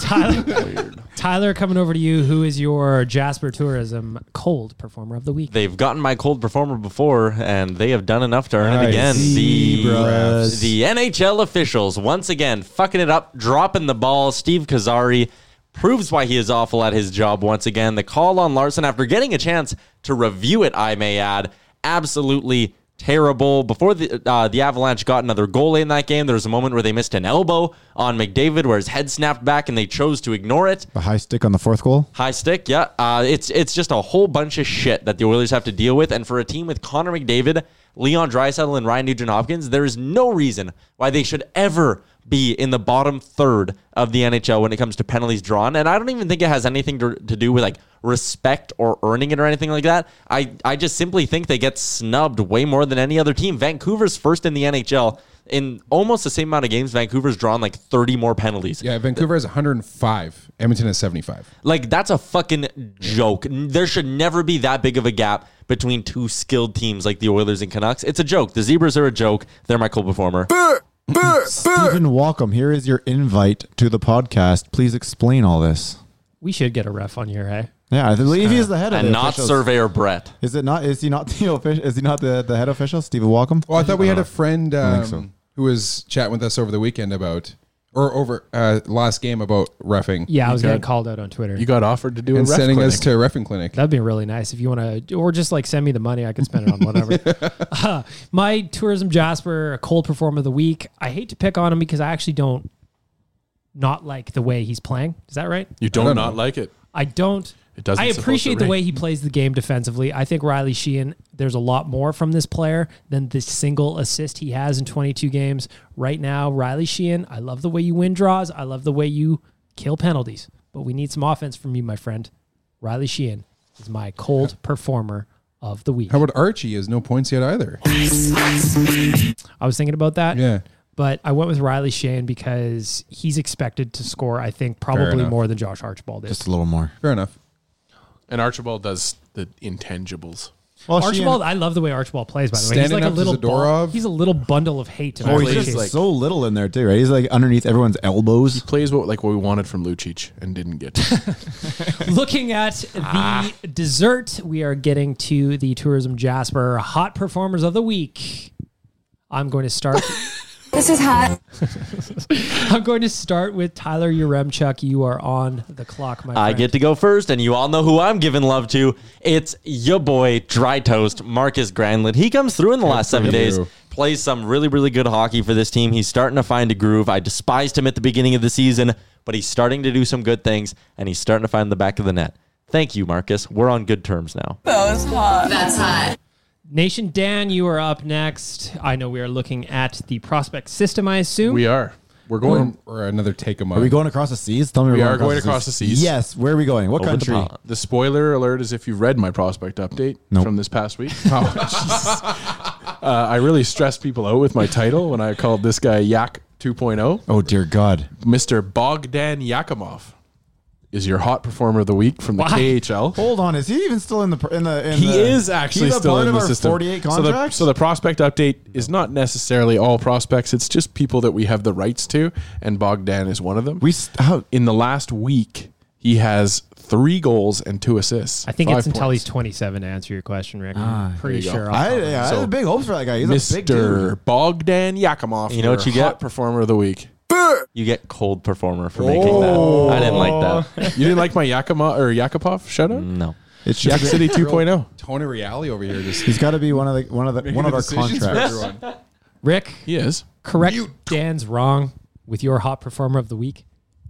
B: Tyler, Tyler, coming over to you. Who is your Jasper Tourism cold performer of the week?
E: They've gotten my cold performer before, and they have done enough to earn it
G: Nice.
E: again. The,
F: Zebras.
E: the NHL officials, once again, fucking it up, dropping the ball. Steve Kazari proves why he is awful at his job once again. The call on Larson after getting a chance to review it, I may add, absolutely terrible. Before the uh, the Avalanche got another goal in that game, there was a moment where they missed an elbow on McDavid where his head snapped back and they chose to ignore it.
F: The high stick on the fourth goal.
E: High stick, yeah. Uh, it's it's just a whole bunch of shit that the Oilers have to deal with, and for a team with Connor McDavid, Leon Draisaitl, and Ryan Nugent-Hopkins, there is no reason why they should ever be in the bottom third of the NHL when it comes to penalties drawn. And I don't even think it has anything to, to do with like respect or earning it or anything like that. I I just simply think they get snubbed way more than any other team. Vancouver's first in the NHL. In almost the same amount of games, Vancouver's drawn like 30 more penalties.
G: Yeah, Vancouver has 105. Edmonton has 75.
E: Like that's a fucking joke. There should never be that big of a gap between two skilled teams like the Oilers and Canucks. It's a joke. The Zebras are a joke. They're my cold performer.
F: Stephen Walcom, here is your invite to the podcast. Please explain all this.
B: We should get a ref on here, eh?
F: Yeah, I believe he is the head of
E: And
F: the
E: not
F: officials.
E: Surveyor Brett.
F: Is it not? Is he not the official? Is he not the, the head official, Stephen Walcom?
G: Well, I thought we had a friend um,
F: think so.
G: who was chatting with us over the weekend about, or over uh, last game about refing.
B: Yeah, I was getting called out on Twitter.
D: You got offered to do
G: And
D: a ref
G: sending
D: clinic.
G: us to a refing clinic.
B: That'd be really nice if you want to, or just like send me the money. I can spend it on whatever. Uh, my tourism Jasper, a cold performer of the week. I hate to pick on him because I actually don't not like the way he's playing. Is that right?
D: You don't
G: don't
D: not
G: know.
D: like it.
B: I don't.
D: It doesn't
B: I
D: supposed to
B: appreciate the
D: ring.
B: way he plays the game defensively. I think Riley Sheehan. There's a lot more from this player than the single assist he has in 22 games right now. Riley Sheehan. I love the way you win draws. I love the way you kill penalties. But we need some offense from you, my friend. Riley Sheehan is my cold performer of the week.
G: How about Archie? Has no points yet either.
B: I was thinking about that.
G: Yeah.
B: But I went with Riley Sheehan because he's expected to score. I think probably
G: enough.
B: more than Josh Archibald is.
F: Just a little more.
G: Fair enough.
D: And Archibald does the intangibles.
F: Well,
B: Archibald, I love the way Archibald plays. By the way, he's
G: Standing
B: like a
G: up to
B: little bu-
G: Zadorov.
B: he's a little bundle of hate. And I
F: Oh,
B: really
F: he's just
B: hate it.
F: so little in there too, right? He's like underneath everyone's elbows.
D: Plays what like what we wanted from Lucic and didn't get.
B: Looking at the
G: Ah.
B: dessert, we are getting to the tourism Jasper hot performers of the week. I'm going to start.
H: This is hot.
B: I'm going to start with Tyler Yaremchuk. You are on the clock, my friend.
E: I get to go first, and you all know who I'm giving love to. It's your boy, Dry Toast, Marcus Granlund. He comes through in the last seven days, plays some really, really good hockey for this team. He's starting to find a groove. I despised him at the beginning of the season, but he's starting to do some good things, and he's starting to find the back of the net. Thank you, Marcus. We're on good terms now.
B: Nation Dan. You are up next. I know we are looking at the prospect system. I assume
D: we are. We're going.
G: Or another take him
F: Are
G: up.
F: we going across the seas? Tell me
D: We
F: we're
D: are going across the seas.
F: Yes. Where are we going? What
E: Over the
F: country?
E: pond.
D: The spoiler alert is if you've read my prospect update
F: Nope.
D: from this past week. Oh, Jesus. uh, I really stressed people out with my title when I called this guy Yak 2.0.
F: Oh dear God!
D: Mr. Bogdan Yakimov is your hot performer of the week from the
B: Why?
D: KHL.
F: Hold on, is he even still in the in the? In
D: He
F: the,
D: is actually
F: uh, he's a
D: still
F: part
D: in
F: of
D: the
F: our
D: system.
F: 48
D: So the-
F: contracts.
D: So the, prospect update is not necessarily all prospects. It's just people that we have the rights to, and Bogdan is one of them.
F: we st- how-
D: in the last week he has three goals and two assists.
B: I think
D: Five
B: it's until
D: points. Ah,
B: he's 27 to answer your question, Rick. I'm pretty
D: there you go.
B: sure. off
F: I,
B: top of
F: yeah, I
D: So-
F: had big hopes for that guy. He's a big dude.
D: Mr. Bogdan Yakimov.
E: You know what
D: your
E: you get?
D: hot performer of the week.
E: You get cold performer for making that. I didn't like
G: Oh.
E: that.
D: You didn't like my Yakima or Yakupov shout out?
E: No.
F: It should
D: Yak
F: be-
D: City oh. 2.0.
G: Tony Reale over here just
F: He's got to be one of the one of the one of our
G: decisions for
F: contracts.
G: everyone.
B: Rick,
D: He is.
B: correct Dan's wrong with your hot performer of the week.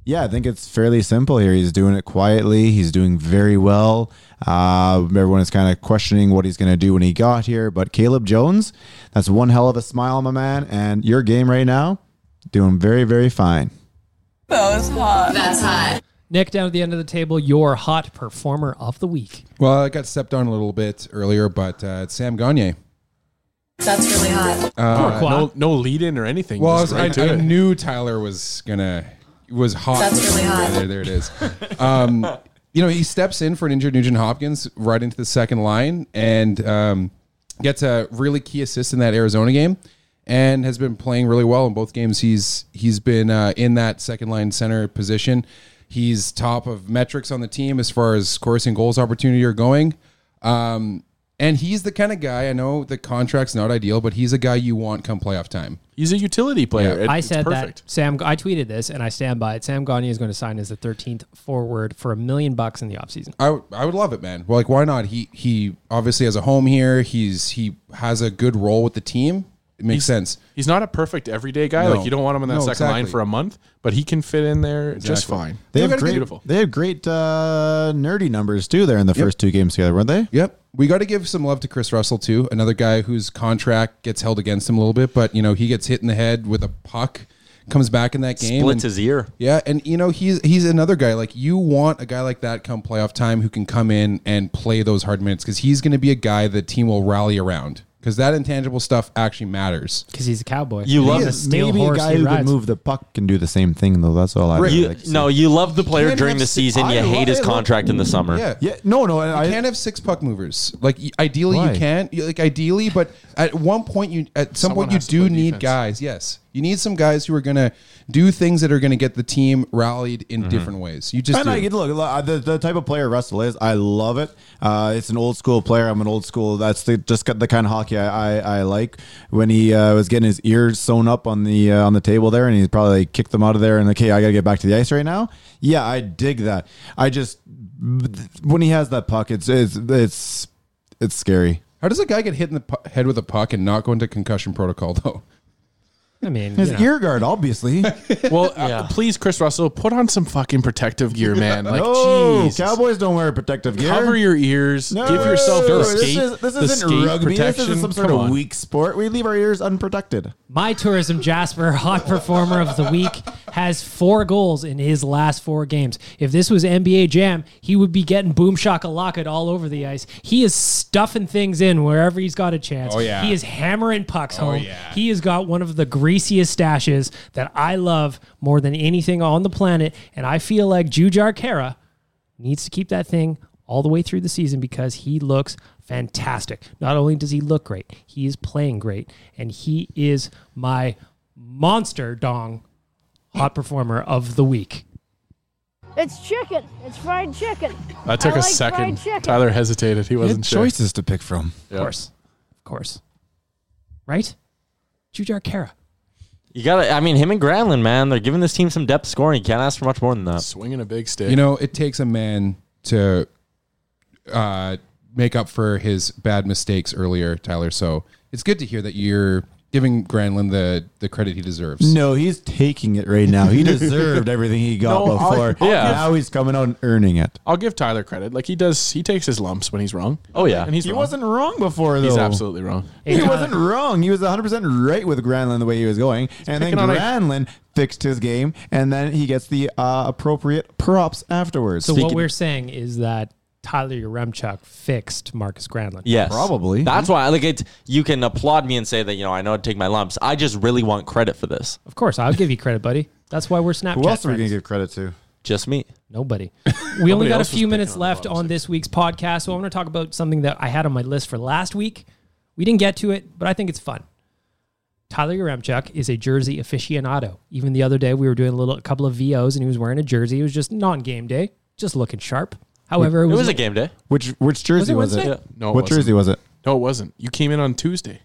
F: Yeah, I think it's fairly simple here. He's doing it quietly. He's doing very well. Uh, everyone is kind of questioning what he's going to do when he got here, but Caleb Jones, that's one hell of a smile, my man. And your game right now, doing very, very fine.
B: Nick, down at the end of the table, your hot performer of the week.
G: Well, I got stepped on a little bit earlier, but uh, it's Sam Gagne.
H: That's really hot.
B: Pourquoi?
D: Uh, No, no lead in or anything.
G: Well, I,
D: just
G: was,
D: right
G: I,
D: to
G: I
D: it.
G: knew Tyler was gonna was hot.
H: That's really hot.
G: Yeah, There, there it is. Um, you know, he steps in for an injured Nugent Hopkins right into the second line and um, gets a really key assist in that Arizona game, and has been playing really well in both games. He's he's been uh, in that second line center position. He's top of metrics on the team as far as scores and goals opportunity are going. Um, And he's the kind of guy I know the contract's not ideal, but he's a guy you want come playoff time.
D: He's a utility player. It-
B: I
D: it's
B: said
D: perfect.
B: that Sam. I tweeted this, and I stand by it. Sam Gagne is going to sign as the 13th forward for a million bucks in the offseason.
G: I would- I would love it, man. Well, like why not? He he obviously has a home here. He's he has a good role with the team. It makes sense.
D: He's not a perfect everyday guy.
G: No.
D: Like you don't want him in that
G: No,
D: second line
G: exactly.
D: for a month, but he can fit in there just
G: Exactly.
D: fine.
F: They
G: You
F: have
G: gotta
F: great.
D: beautiful.
F: They have great uh, nerdy numbers too. There in the first two games together, weren't they?
G: Yep. We got to give some love to Chris Russell too, another guy whose contract gets held against him a little bit, but you know, he gets hit in the head with a puck, comes back in that game.
E: Splits
G: and-
E: his ear.
G: Yeah, and you know, he's he's another guy like you want a guy like that come playoff time who can come in and play those hard minutes cuz he's going to be a guy the team will rally around cuz that intangible stuff actually matters.
B: Because he's a cowboy.
E: You love
B: He's a
E: it.
B: steel
F: Maybe a
B: horse
F: guy
B: he
F: who can
B: rides.
F: move the puck can do the same thing though. That's all I really
E: You-
F: like. to see.
E: no, you love the player
G: Can't
E: during
G: have
E: the
G: si-
E: season.
G: I
E: you
G: love-
E: hate his
G: I love-
E: contract in the summer.
G: Yeah.
F: Yeah. No. No.
G: You
F: I,
G: can't have six puck movers. Like y- ideally
F: Why?
G: you can, You- like ideally, but at one point you at some
D: Someone
G: point you
D: has to
G: do
D: play
G: need
D: defense.
G: guys. Yes, you need some guys who are going to do things that are going to get the team rallied in different ways. You just
F: Mm-hmm. And
G: do.
F: I get look lo- the, the type of player Russell is. I love it. Uh, it's an old school player. I'm an old school. That's the, just got the kind of hockey I, I, I like. When he uh, was getting his ears sewn up on the uh, on the table there, and he probably like, kicked them out of there, and like, hey, I gotta get back to the ice right now. Yeah, I dig that. I just when he has that puck, it's it's it's it's scary.
G: How does a guy get hit in the pu- head with a puck and not go into concussion protocol though?
B: I mean,
F: His
B: you know.
F: ear guard, obviously.
D: Well, uh, please, Chris Russell, put on some fucking protective gear, man. Like,
F: no,
D: Jesus.
F: Cowboys don't wear protective gear.
D: Cover your ears.
F: No,
D: give yourself the
F: this
D: skate,
F: is- this
D: the
F: isn't
D: skate
F: rugby. This
D: protection.
F: isn't some sort
D: Come
F: of
D: on.
F: weak sport. We leave our ears unprotected.
B: My tourism Jasper, hot performer of the week, has four goals in his last four games. If this was NBA Jam, he would be getting boom shakalaka all over the ice. He is stuffing things in wherever he's got a chance.
G: Oh, yeah. Oh,
B: He is hammering pucks home.
G: yeah.
B: He has got one of the greasiest stashes that I love more than anything on the planet. And I feel like Jujar Kara needs to keep that thing all the way through the season because he looks fantastic. Not only does he look great, he is playing great, and he is my monster dong hot performer of the week.
I: It's chicken. It's fried chicken.
D: That took
I: I
D: a
I: like
D: second.
I: fried chicken.
D: Tyler hesitated. He wasn't sure.
F: choices to pick from.
B: Of course. Of course. Right? Jujar Kara.
E: You gotta. I mean, him and Granlund, man, they're giving this team some depth scoring. You can't ask for much more than that.
D: Swinging a big stick.
G: You know, it takes a man to uh, make up for his bad mistakes earlier, Tyler. So it's good to hear that you're giving Granlund the the credit he deserves.
F: No, he's taking it right now. He deserved everything he got
D: No, I'll-
F: before.
D: I'll give-
F: Now he's coming out and earning it.
D: I'll give Tyler credit. Like he does, he takes his lumps when he's wrong.
E: Oh yeah.
D: and he's
F: He
D: wrong.
F: wasn't wrong before, though.
D: He's absolutely wrong.
B: uh,
F: He wasn't wrong. He was 100% right with Granlund the way he was going. And then
D: picking on a-
F: Granlund fixed his game, and then he gets the uh, appropriate props afterwards.
B: So what we're saying is that Tyler Yaremchuk fixed Marcus Granlund.
E: Yes,
F: Probably.
E: That's why. Like, it's you can applaud me and say that you know I know I take my lumps. I just really want credit for this.
B: Of course, I'll give you credit, buddy. That's why we're Snapchat.
F: Who else are we
B: friends.
F: going to give credit to?
E: Just me.
B: Nobody. We only got a
D: else was
B: few
D: picking
B: minutes
D: on the
B: left
D: bottom
B: on this week's podcast, so I want to talk about something that I had on my list for last week. We didn't get to it, but I think it's fun. Tyler Yaremchuk is a jersey aficionado. Even the other day, we were doing a little, a couple of VOs, and he was wearing a jersey. It was just non-game day, just looking sharp. However, it
E: It
B: was,
E: was a game day.
F: Which which jersey was it?
B: Wednesday?
D: No, it
F: what
D: wasn't.
F: jersey was it?
D: No, it wasn't. You came in on Tuesday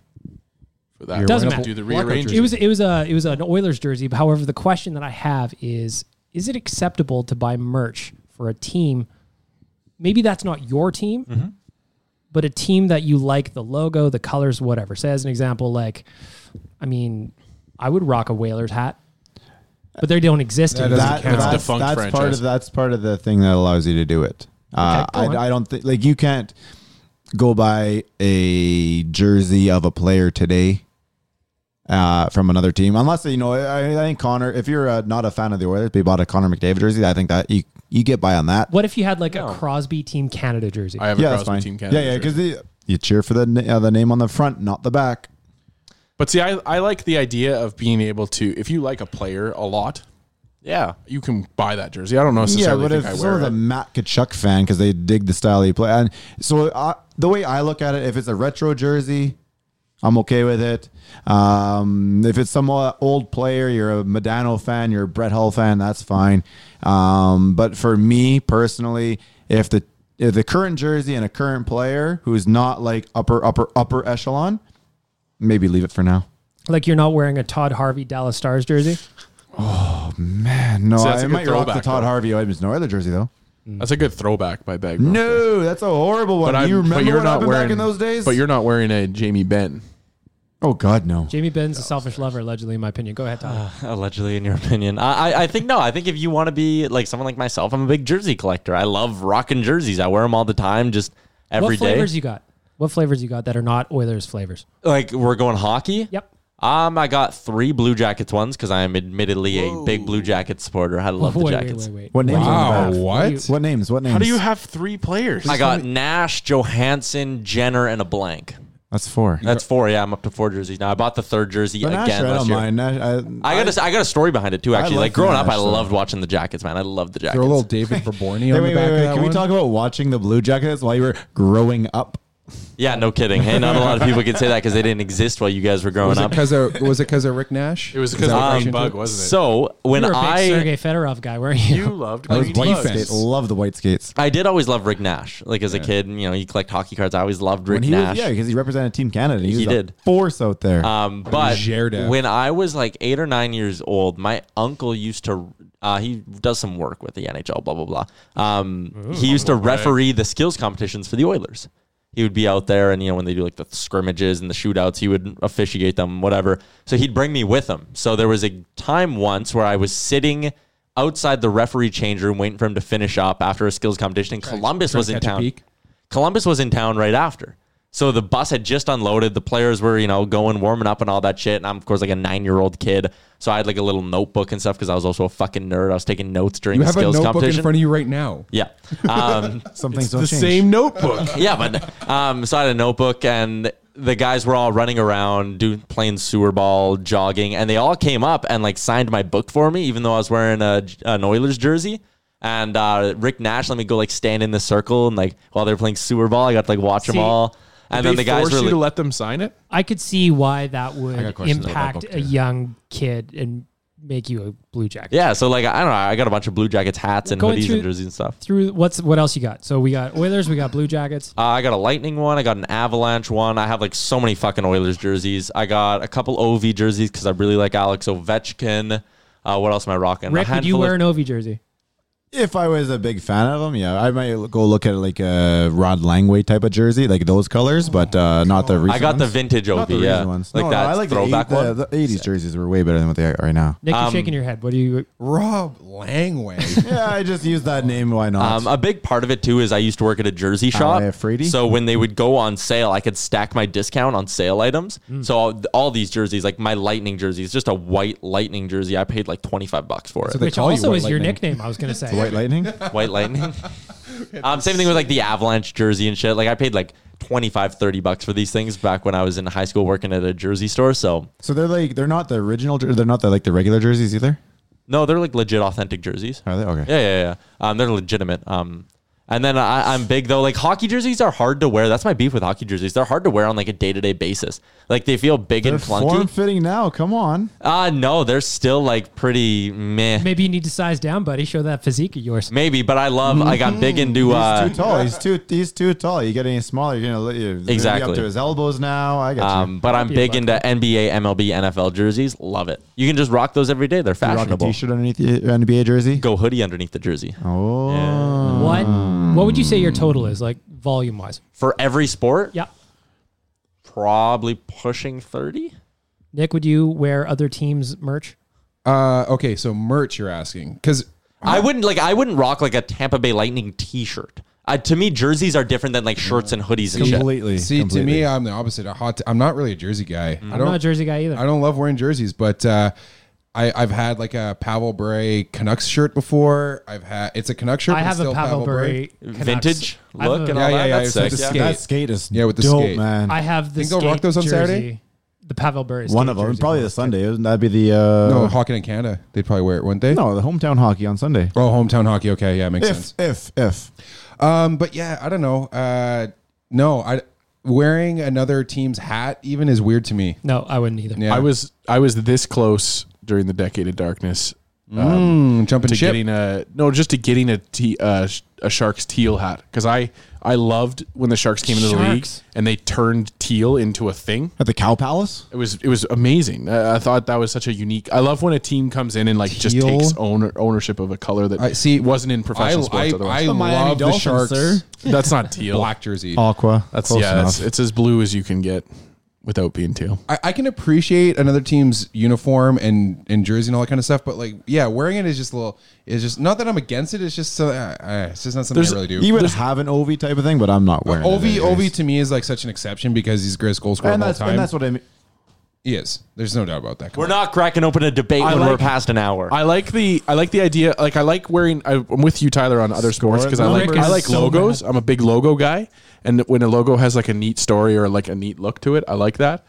D: for that.
B: Doesn't
D: We're gonna
B: matter.
D: Do the
G: Blackout
D: rearranging.
B: It was it was a it was an Oilers jersey. But however, the question that I have is: Is it acceptable to buy merch for a team? Maybe that's not your team, but a team that you like the logo, the colors, whatever. Say as an example, like, I mean, I would rock a Whalers hat, but they don't exist. in
F: That-
B: count.
D: It's
F: that's,
D: a defunct
F: that's part
D: franchise.
F: of that's part of the thing that allows you to do it. Uh,
B: Okay, go on.
F: I, I don't think like you can't go buy a jersey of a player today uh, from another team unless you know. I, I think Connor, if you're uh, not a fan of the Oilers, but you bought a Connor McDavid jersey, I think that you you get by on that.
B: What if you had like a Crosby Team Canada jersey?
D: I have a
F: Yeah, that's
D: Crosby
F: fine.
D: team Canada.
F: yeah, yeah,
D: shirt.
F: because you cheer for the na- uh, the name on the front, not the back.
D: But see, I, I like the idea of being able to, if you like a player a lot,
E: Yeah.
D: you can buy that jersey. I don't necessarily
F: yeah, but
D: think
F: if
D: I
F: someone's
D: wear
F: a
D: it.
F: Matt Kachuk fan because they dig the style he play, and so uh, the way I look at it, if it's a retro jersey, I'm okay with it. Um, if it's some uh, old player, you're a Medano fan, you're a Brett Hull fan, that's fine. Um, but for me personally, if the uh, the current jersey and a current player who is not like upper upper upper echelon, maybe leave it for now.
B: Like you're not wearing a Todd Harvey Dallas Stars jersey.
F: Man, no,
D: So that's
F: I
D: a good
F: might rock the
D: throwback,
F: Todd
D: though.
F: Harvey Edmonds Oilers jersey though.
D: That's a good throwback by Bag.
F: No, that's a horrible one.
D: but
F: Do
D: I'm,
F: you remember
D: but you're
F: what
D: not
F: happened
D: wearing
F: back in those days?
D: But you're not wearing a Jamie Ben.
F: oh God, no.
B: Jamie Ben's a selfish lover, allegedly, in my opinion. Go ahead, Todd.
E: allegedly in your opinion I, I i think no i think if you want to be like someone like myself i'm a big jersey collector i love rocking jerseys i wear them all the time just every
B: what
E: day.
B: flavors you got? What flavors you got that are not Oilers flavors?
E: like we're going hockey
B: Yep.
E: um i got three blue jackets ones because i am admittedly a big blue jacket supporter i love the
B: wait,
E: jackets
B: wait, wait, wait.
F: What names?
C: Wow,
F: on the back?
C: what?
F: What names? What names?
D: How do you have three players?
E: i got nash johansson jenner and a blank
F: That's four.
E: that's four yeah i'm up to four jerseys now i bought the third jersey
F: But
E: again
F: Nash, I
E: last
F: don't
E: year
F: mind. Nash, I,
E: I got a, I got a story behind it too. Actually,
F: love
E: like growing up,
F: Nash,
E: I
F: though.
E: loved watching the Jackets, man. I loved the Jackets.
C: Throw a little David Verborni
F: Hey,
C: on
F: wait,
C: the back of
F: wait, wait.
C: that
F: Can we
C: one.
F: talk about watching the Blue Jackets while you were growing up?
E: Yeah, no kidding. Hey, not a lot of people could say that because they didn't exist while you guys were growing
C: Was it
E: up. Um,
C: because of was it because of Rick Nash?
D: It was because
C: Is that
D: of
C: what
D: the
C: you
D: green bug,
C: did?
D: wasn't it?
E: So when
B: you were a big
E: I
B: Sergei Fedorov guy, weren't you?
D: You loved
C: That was
D: green
C: white
D: bug.
C: fence.
F: Skates. Love the white skates.
E: I did always love Rick Nash. Like as a kid, you know, you collect hockey cards. I always loved Rick
F: When he
E: Nash.
F: was, yeah, because he represented Team Canada. He,
E: He
F: was a
E: did.
F: force out there.
E: Um, but
C: Gerda.
E: when I was like eight or nine years old, my uncle used to. Uh, he does some work with the NHL, blah blah blah. Um, he used to referee the skills competitions for the Oilers. He would be out there, and you know when they do like the scrimmages and the shootouts, he would officiate them, whatever. So he'd bring me with him. So there was a time once where I was sitting outside the referee change room waiting for him to finish up after a skills competition. And Columbus
C: trying
E: was
C: to
E: in
C: catch a
E: town.
C: peek?
E: Columbus was in town right after. So the bus had just unloaded. The players were, you know, going, warming up and all that shit. And I'm, of course, like a nine year old kid. So I had like a little notebook and stuff because I was also a fucking nerd. I was taking notes
C: You
E: during the
C: have a
E: skills
C: notebook
E: competition.
C: in front of you right now.
E: yeah. Um,
F: Some things don't
D: The
F: change.
D: same notebook.
E: yeah, but um, so I had a notebook and the guys were all running around doing playing sewer ball, jogging, and they all came up and like signed my book for me, even though I was wearing a an Oilers jersey. And uh, Rick Nash let me go like stand in the circle and like while they're playing sewer ball, I got to like watch
B: See,
E: them all. And then
D: they
E: the guys
D: force
E: were
D: you
E: like,
D: to let them sign it.
B: I could see why that
C: got
B: would
C: questions about that
B: impact
C: book,
B: a
C: too.
B: young kid and make you a Blue Jacket.
E: yeah. So like I don't know, I got a bunch of Blue Jackets hats and
B: Going
E: hoodies
B: through-
E: and jerseys and stuff.
B: Through what's what else you got? So we got Oilers, we got Blue Jackets.
E: Uh, I got a Lightning one. I got an Avalanche one. I have like so many fucking Oilers jerseys. I got a couple OV jerseys because I really like Alex Ovechkin. Uh, what else am I rocking? A
B: Rick, would you
E: handful of-
B: wear an Ovi jersey?
F: If I was a big fan of him, yeah, I might go look at like a Rod Langway type of jersey, like those colors, but uh, not the recent
E: I got the
F: ones.
E: vintage
F: Not
E: OV,
F: the
E: yeah.
F: recent ones.
E: Like
F: No, no,
E: that
F: I like the
E: throwback
F: eight- the,
E: one.
F: The, 80s jerseys were way better than what they are right now.
B: Nick, you're
E: Um,
B: shaking your head. What do you?
C: Rob Langway.
F: Yeah, I just used that name. Why not?
E: Um, a big part of it too is I used to work at a jersey shop.
F: Alea Frady?
E: So when they would go on sale, I could stack my discount on sale items.
B: Hmm.
E: So all, all these jerseys, like my lightning jerseys, just a white lightning jersey, I paid like 25 bucks for it.
C: So they
B: Which
C: call you
B: also
C: White
B: is your
C: Lightning.
B: nickname. I was gonna say.
F: White Lightning.
E: white lightning. um, same thing with like the Avalanche jersey and shit. Like I paid like 25, 30 bucks for these things back when I was in high school working at a jersey store. So
F: So they're like they're not the original. jer- They're not the like the regular jerseys either.
E: no, they're like legit authentic jerseys.
F: Are they okay?
E: Yeah, yeah, yeah. Um, they're legitimate. Um, and then I, I'm big though. Like hockey jerseys are hard to wear. That's my beef with hockey jerseys. They're hard to wear on like a day to day basis. Like they feel big
F: They're
E: and clunky.
F: form fitting now. Come on.
E: Uh no, they're still like pretty meh. Maybe,
B: Maybe you need to size down, buddy. Show that physique of yours.
E: but I love. Like I'm big into. Uh,
F: He's too tall. He's too. He's too tall. You get any smaller, you're gonna let you you're gonna be
E: Exactly.
F: up to his elbows now. I got
E: um, but I'm
B: be a
E: big into NBA, MLB, NFL jerseys. Love it. You can just rock those every day. They're
F: you. You rock a
E: fashionable.
F: t-shirt underneath your NBA jersey.
E: Go hoodie underneath the jersey.
F: Oh,
E: Yeah.
B: What? What would you say your total is, like volume wise?
E: For every sport,
B: Yeah.
E: probably pushing thirty.
B: Nick, would you wear other teams' merch?
C: Uh, okay, so merch you're asking because
E: I wouldn't like. I wouldn't rock like a Tampa Bay Lightning T-shirt. Uh, to me, jerseys are different than like shirts and hoodies and shit.
F: completely.
C: see
F: completely.
C: to me I'm the opposite. A hot. T- I'm not really a jersey guy. I
B: Mm. I'm
C: don't.
B: not a jersey guy either.
C: I don't love wearing jerseys, but uh, I I've had like a Pavel Bray Canucks shirt before. I've had it's a Canucks shirt.
B: I
C: but
B: have
C: still
B: a Pavel Bure
E: Vintage look and
C: Yeah,
E: all
C: yeah,
E: that.
C: yeah,
E: That's
C: it's like
E: sick.
C: the
E: Yeah.
C: skate.
F: that skate is
C: Yeah, with the
F: dope,
C: skate.
F: man.
B: I have the
C: Think they'll
B: skate
C: rock those on
B: jersey,
C: Saturday?
B: The Pavel Bure.
F: One of them, probably the Sunday. Wouldn't that be the uh,
C: No, hockey in Oh, Canada. They'd probably wear it, wouldn't they?
F: no the hometown hockey on Sunday?
C: Oh, hometown hockey. Okay, yeah, makes
F: If
C: sense.
F: if if
C: Um, but yeah, I don't know. Uh, no, I wearing another team's hat even is weird to me.
B: No, I wouldn't either.
C: Yeah.
D: I was I was this close during the decade of darkness
G: Mm, jumping
D: to
G: ship.
D: getting a no, just to getting a te- uh, sh- a shark's teal hat because I I loved when the sharks came into the league
B: Sharks.
D: and they turned teal into a thing.
F: At the Cow Palace?
D: It was it was amazing. I, I thought that was such a unique. I love when a team comes in and like just
F: Teal.
D: takes owner, ownership of a color that
G: I see.
D: wasn't in professional
G: I, I,
D: sports.
G: I
D: otherwise,
F: The Miami
G: love
F: Dolphins,
G: the Sharks.
F: sir.
D: that's not teal.
G: Black jersey.
F: Aqua.
D: That's
F: Close
D: yeah.
F: enough.
D: That's, it's as blue as you can get without being teal.
G: I, I can appreciate another team's uniform and, and jersey and all that kind of stuff, but like, yeah, wearing it is just a little. It's just not that I'm against it. It's just so uh, uh, it's just not something
D: There's-
G: I really do.
F: you would have an OV type of thing, but I'm not wearing it.
G: Ovi
F: anyways.
G: Ovi to me is like such an exception because he's the greatest goal scorer
F: And
G: of all
F: that's,
G: time.
F: and that's what I mean.
G: he is. There's no doubt about that. Come
E: We're
G: on.
E: not cracking open a debate
D: I
E: when
D: like-
E: we're past an hour.
D: I like the I like the idea. Like I like wearing. I, I'm with you, Tyler, on other sports because I like
B: Rick
D: I
B: is
D: like
B: so
D: logos. I'm a big logo guy, and when a logo has like a neat story or like a neat look to it, I like that.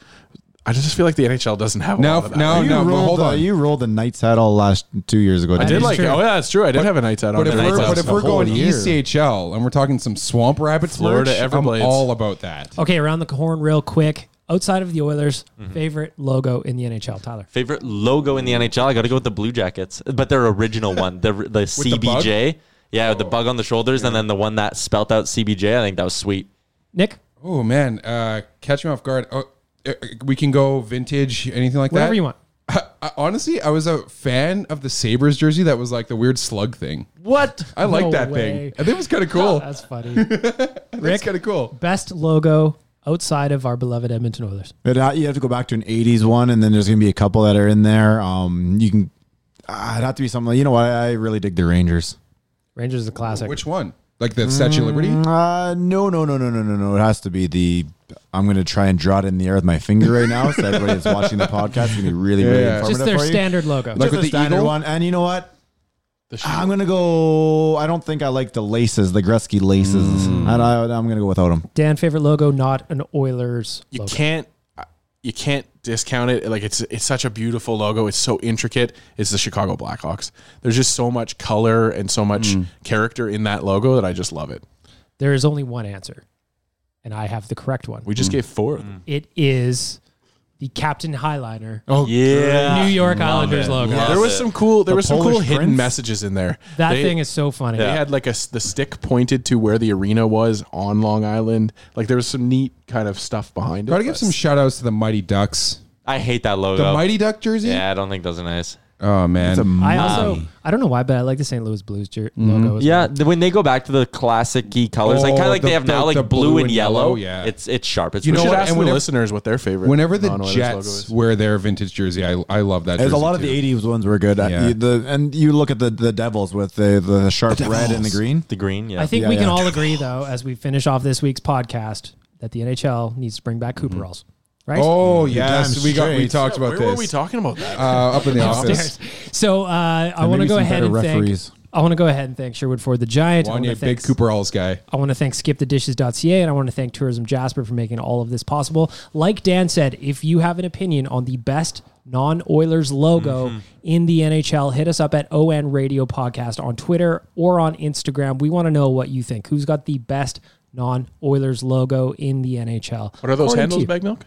D: I just feel like the NHL doesn't have a
G: Now-
D: lot of that.
G: now- Oh,
F: you
G: no, but
F: rolled
G: hold
F: the,
G: on.
F: You rolled the Knights hat all last two years ago.
D: I
F: didn't
D: did
F: you?
D: like. Oh yeah, that's true. I did have a Knights out on.
G: But if
D: there.
G: we're,
F: Knights
G: but
F: out
G: if
F: the
G: we're
F: whole
G: going E
F: year.
G: ECHL and we're talking some swamp rabbits,
D: Florida
G: merch,
D: Everblades.
G: I'm all about that.
B: Okay, around the horn real quick. Outside of the Oilers,
E: Mm-hmm.
B: favorite logo in the NHL, Tyler.
E: Favorite logo in the NHL? I got to go with the Blue Jackets, but their original one, the the CBJ. yeah, with the bug on the shoulders, and then the one that spelt out CBJ. I think that was sweet.
B: Nick,
G: Oh man, uh, catch me off guard. Oh, uh, we can go vintage, anything like
B: whatever
G: that.
B: you want.
G: I, honestly, I was a fan of the Sabres jersey that was like the weird slug thing.
E: What?
G: I like
B: No
G: that
B: way.
G: thing. I think it was kind of cool.
B: That's funny.
G: That's kind of cool.
B: Best logo outside of our beloved Edmonton Oilers.
F: But uh, you have to go back to an '80s one, and then there's gonna be a couple that are in there. Um, you can. Uh, it'd have to be something. Like, you know what? I really dig the Rangers.
B: Rangers is a classic.
G: Which one? Like the Statue of Liberty?
F: Uh, no, no, no, no, no, no, no. It has to be the. I'm gonna try and draw it in the air with my finger right now, so everybody that's watching the podcast is gonna be really, really
G: Yeah.
F: informative
B: Just their
F: for you.
B: standard logo.
F: Just
G: Like with
F: the
G: the
F: standard
G: eagle?
F: one, and you know what? I'm gonna go. I don't think I like the laces, the Gretzky laces.
G: Mm.
F: And I, I'm gonna go without them.
B: Dan, favorite logo, not an Oilers
D: you
B: logo.
D: can't uh, you can't discount it like it's it's such a beautiful logo it's so intricate it's the chicago blackhawks there's just so much color and so much
G: Mm.
D: character in that logo that i just love it
B: There is only one answer, and I have the correct one.
D: we
G: Mm.
D: just gave four of them
B: It is the Captain Highliner
G: Mm.
D: oh
E: Yeah.
B: New York Islanders logo.
D: there was some cool there
F: The
D: were some cool
F: Polish
D: hidden
F: prince?
D: messages in there
B: That
D: They-
B: thing is so funny.
D: they had like a s- the stick pointed to where the arena was on long island like there was some neat kind of stuff behind it
G: Gotta give
D: but-
G: some shout outs to the Mighty Ducks.
E: I hate that
G: The
E: logo.
G: Mighty Duck jersey?
E: yeah, I don't think those are nice.
G: Oh man.
B: I also I don't know why, but I like the St. Louis Blues jer- logo. As
E: Yeah,
B: well.
E: th- when they go back to the classic key colors, like
G: Oh,
E: kind of like
G: the-
E: they have
G: the-
E: now, like
G: the
E: blue, and yellow.
G: yeah.
E: it's it's sharp. It's
G: You
D: we
G: know
D: should
G: what?
D: ask
G: And
D: the
G: whenever-
D: listeners what their favorite
G: Whenever the
D: non-Oilers logo
G: Jets
D: is.
G: wear their vintage jersey, I, I love that.
F: There's a
G: jersey,
F: lot of
G: too.
F: the '80s ones were good. Uh,
G: Yeah.
F: you- the and you look at the the Devils with the the sharp red and the green.
E: the green. Yeah,
B: I think
F: Yeah,
B: we can
F: yeah.
B: all agree though, as we finish off this week's podcast, that the NHL needs to bring back Cooper rolls. Right?
G: Oh
F: damn
G: yes, we got we
F: straight.
G: talked about
D: where
G: this.
D: were we talking about that
G: Uh, up in the office.
B: Upstairs. So uh, I want to
F: maybe
B: go
F: some
B: ahead
F: better
B: and
F: referees.
B: thank. I want to go ahead and thank Sherwood Ford the Giant. I wanna
G: Wanya,
B: thank-
G: big Cooper Alls guy.
B: I want to thank skipthedishes.ca and I want to thank Tourism Jasper for making all of this possible. Like Dan said, if you have an opinion on the best non Oilers logo
D: Mm-hmm.
B: in the NHL, hit us up at ON Radio Podcast on Twitter or on Instagram. We want to know what you think. Who's got the best non Oilers logo in the NHL?
D: what are those
B: According to
D: handles
B: you
D: bag milk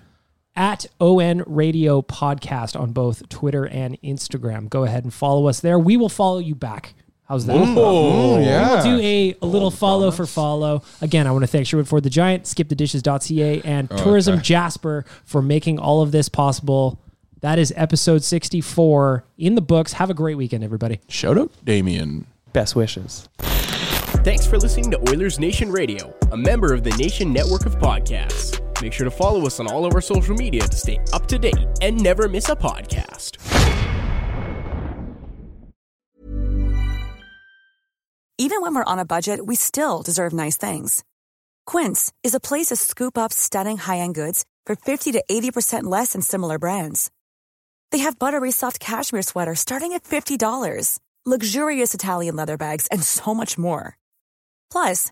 B: at ON Radio Podcast on both Twitter and Instagram. Go ahead and follow us there. We will follow you back. How's that?
G: Oh yeah.
B: We'll do a, a little follow for follow. Again, I want to thank Sherwood Ford the Giant, skipthedishes.ca, and Tourism Jasper for making all of this possible. That is episode 64 in the books. Have a great weekend, everybody.
D: shout out damien
J: Best wishes.
K: Thanks for listening to Oilers Nation Radio, a member of the Nation network of podcasts. Make sure to follow us on all of our social media to stay up to date and never miss a podcast.
H: Even when we're on a budget, we still deserve nice things. Quince is a place to scoop up stunning high end goods for 50 to 80% less than similar brands. They have buttery soft cashmere sweaters starting at $50, luxurious Italian leather bags, and so much more. Plus,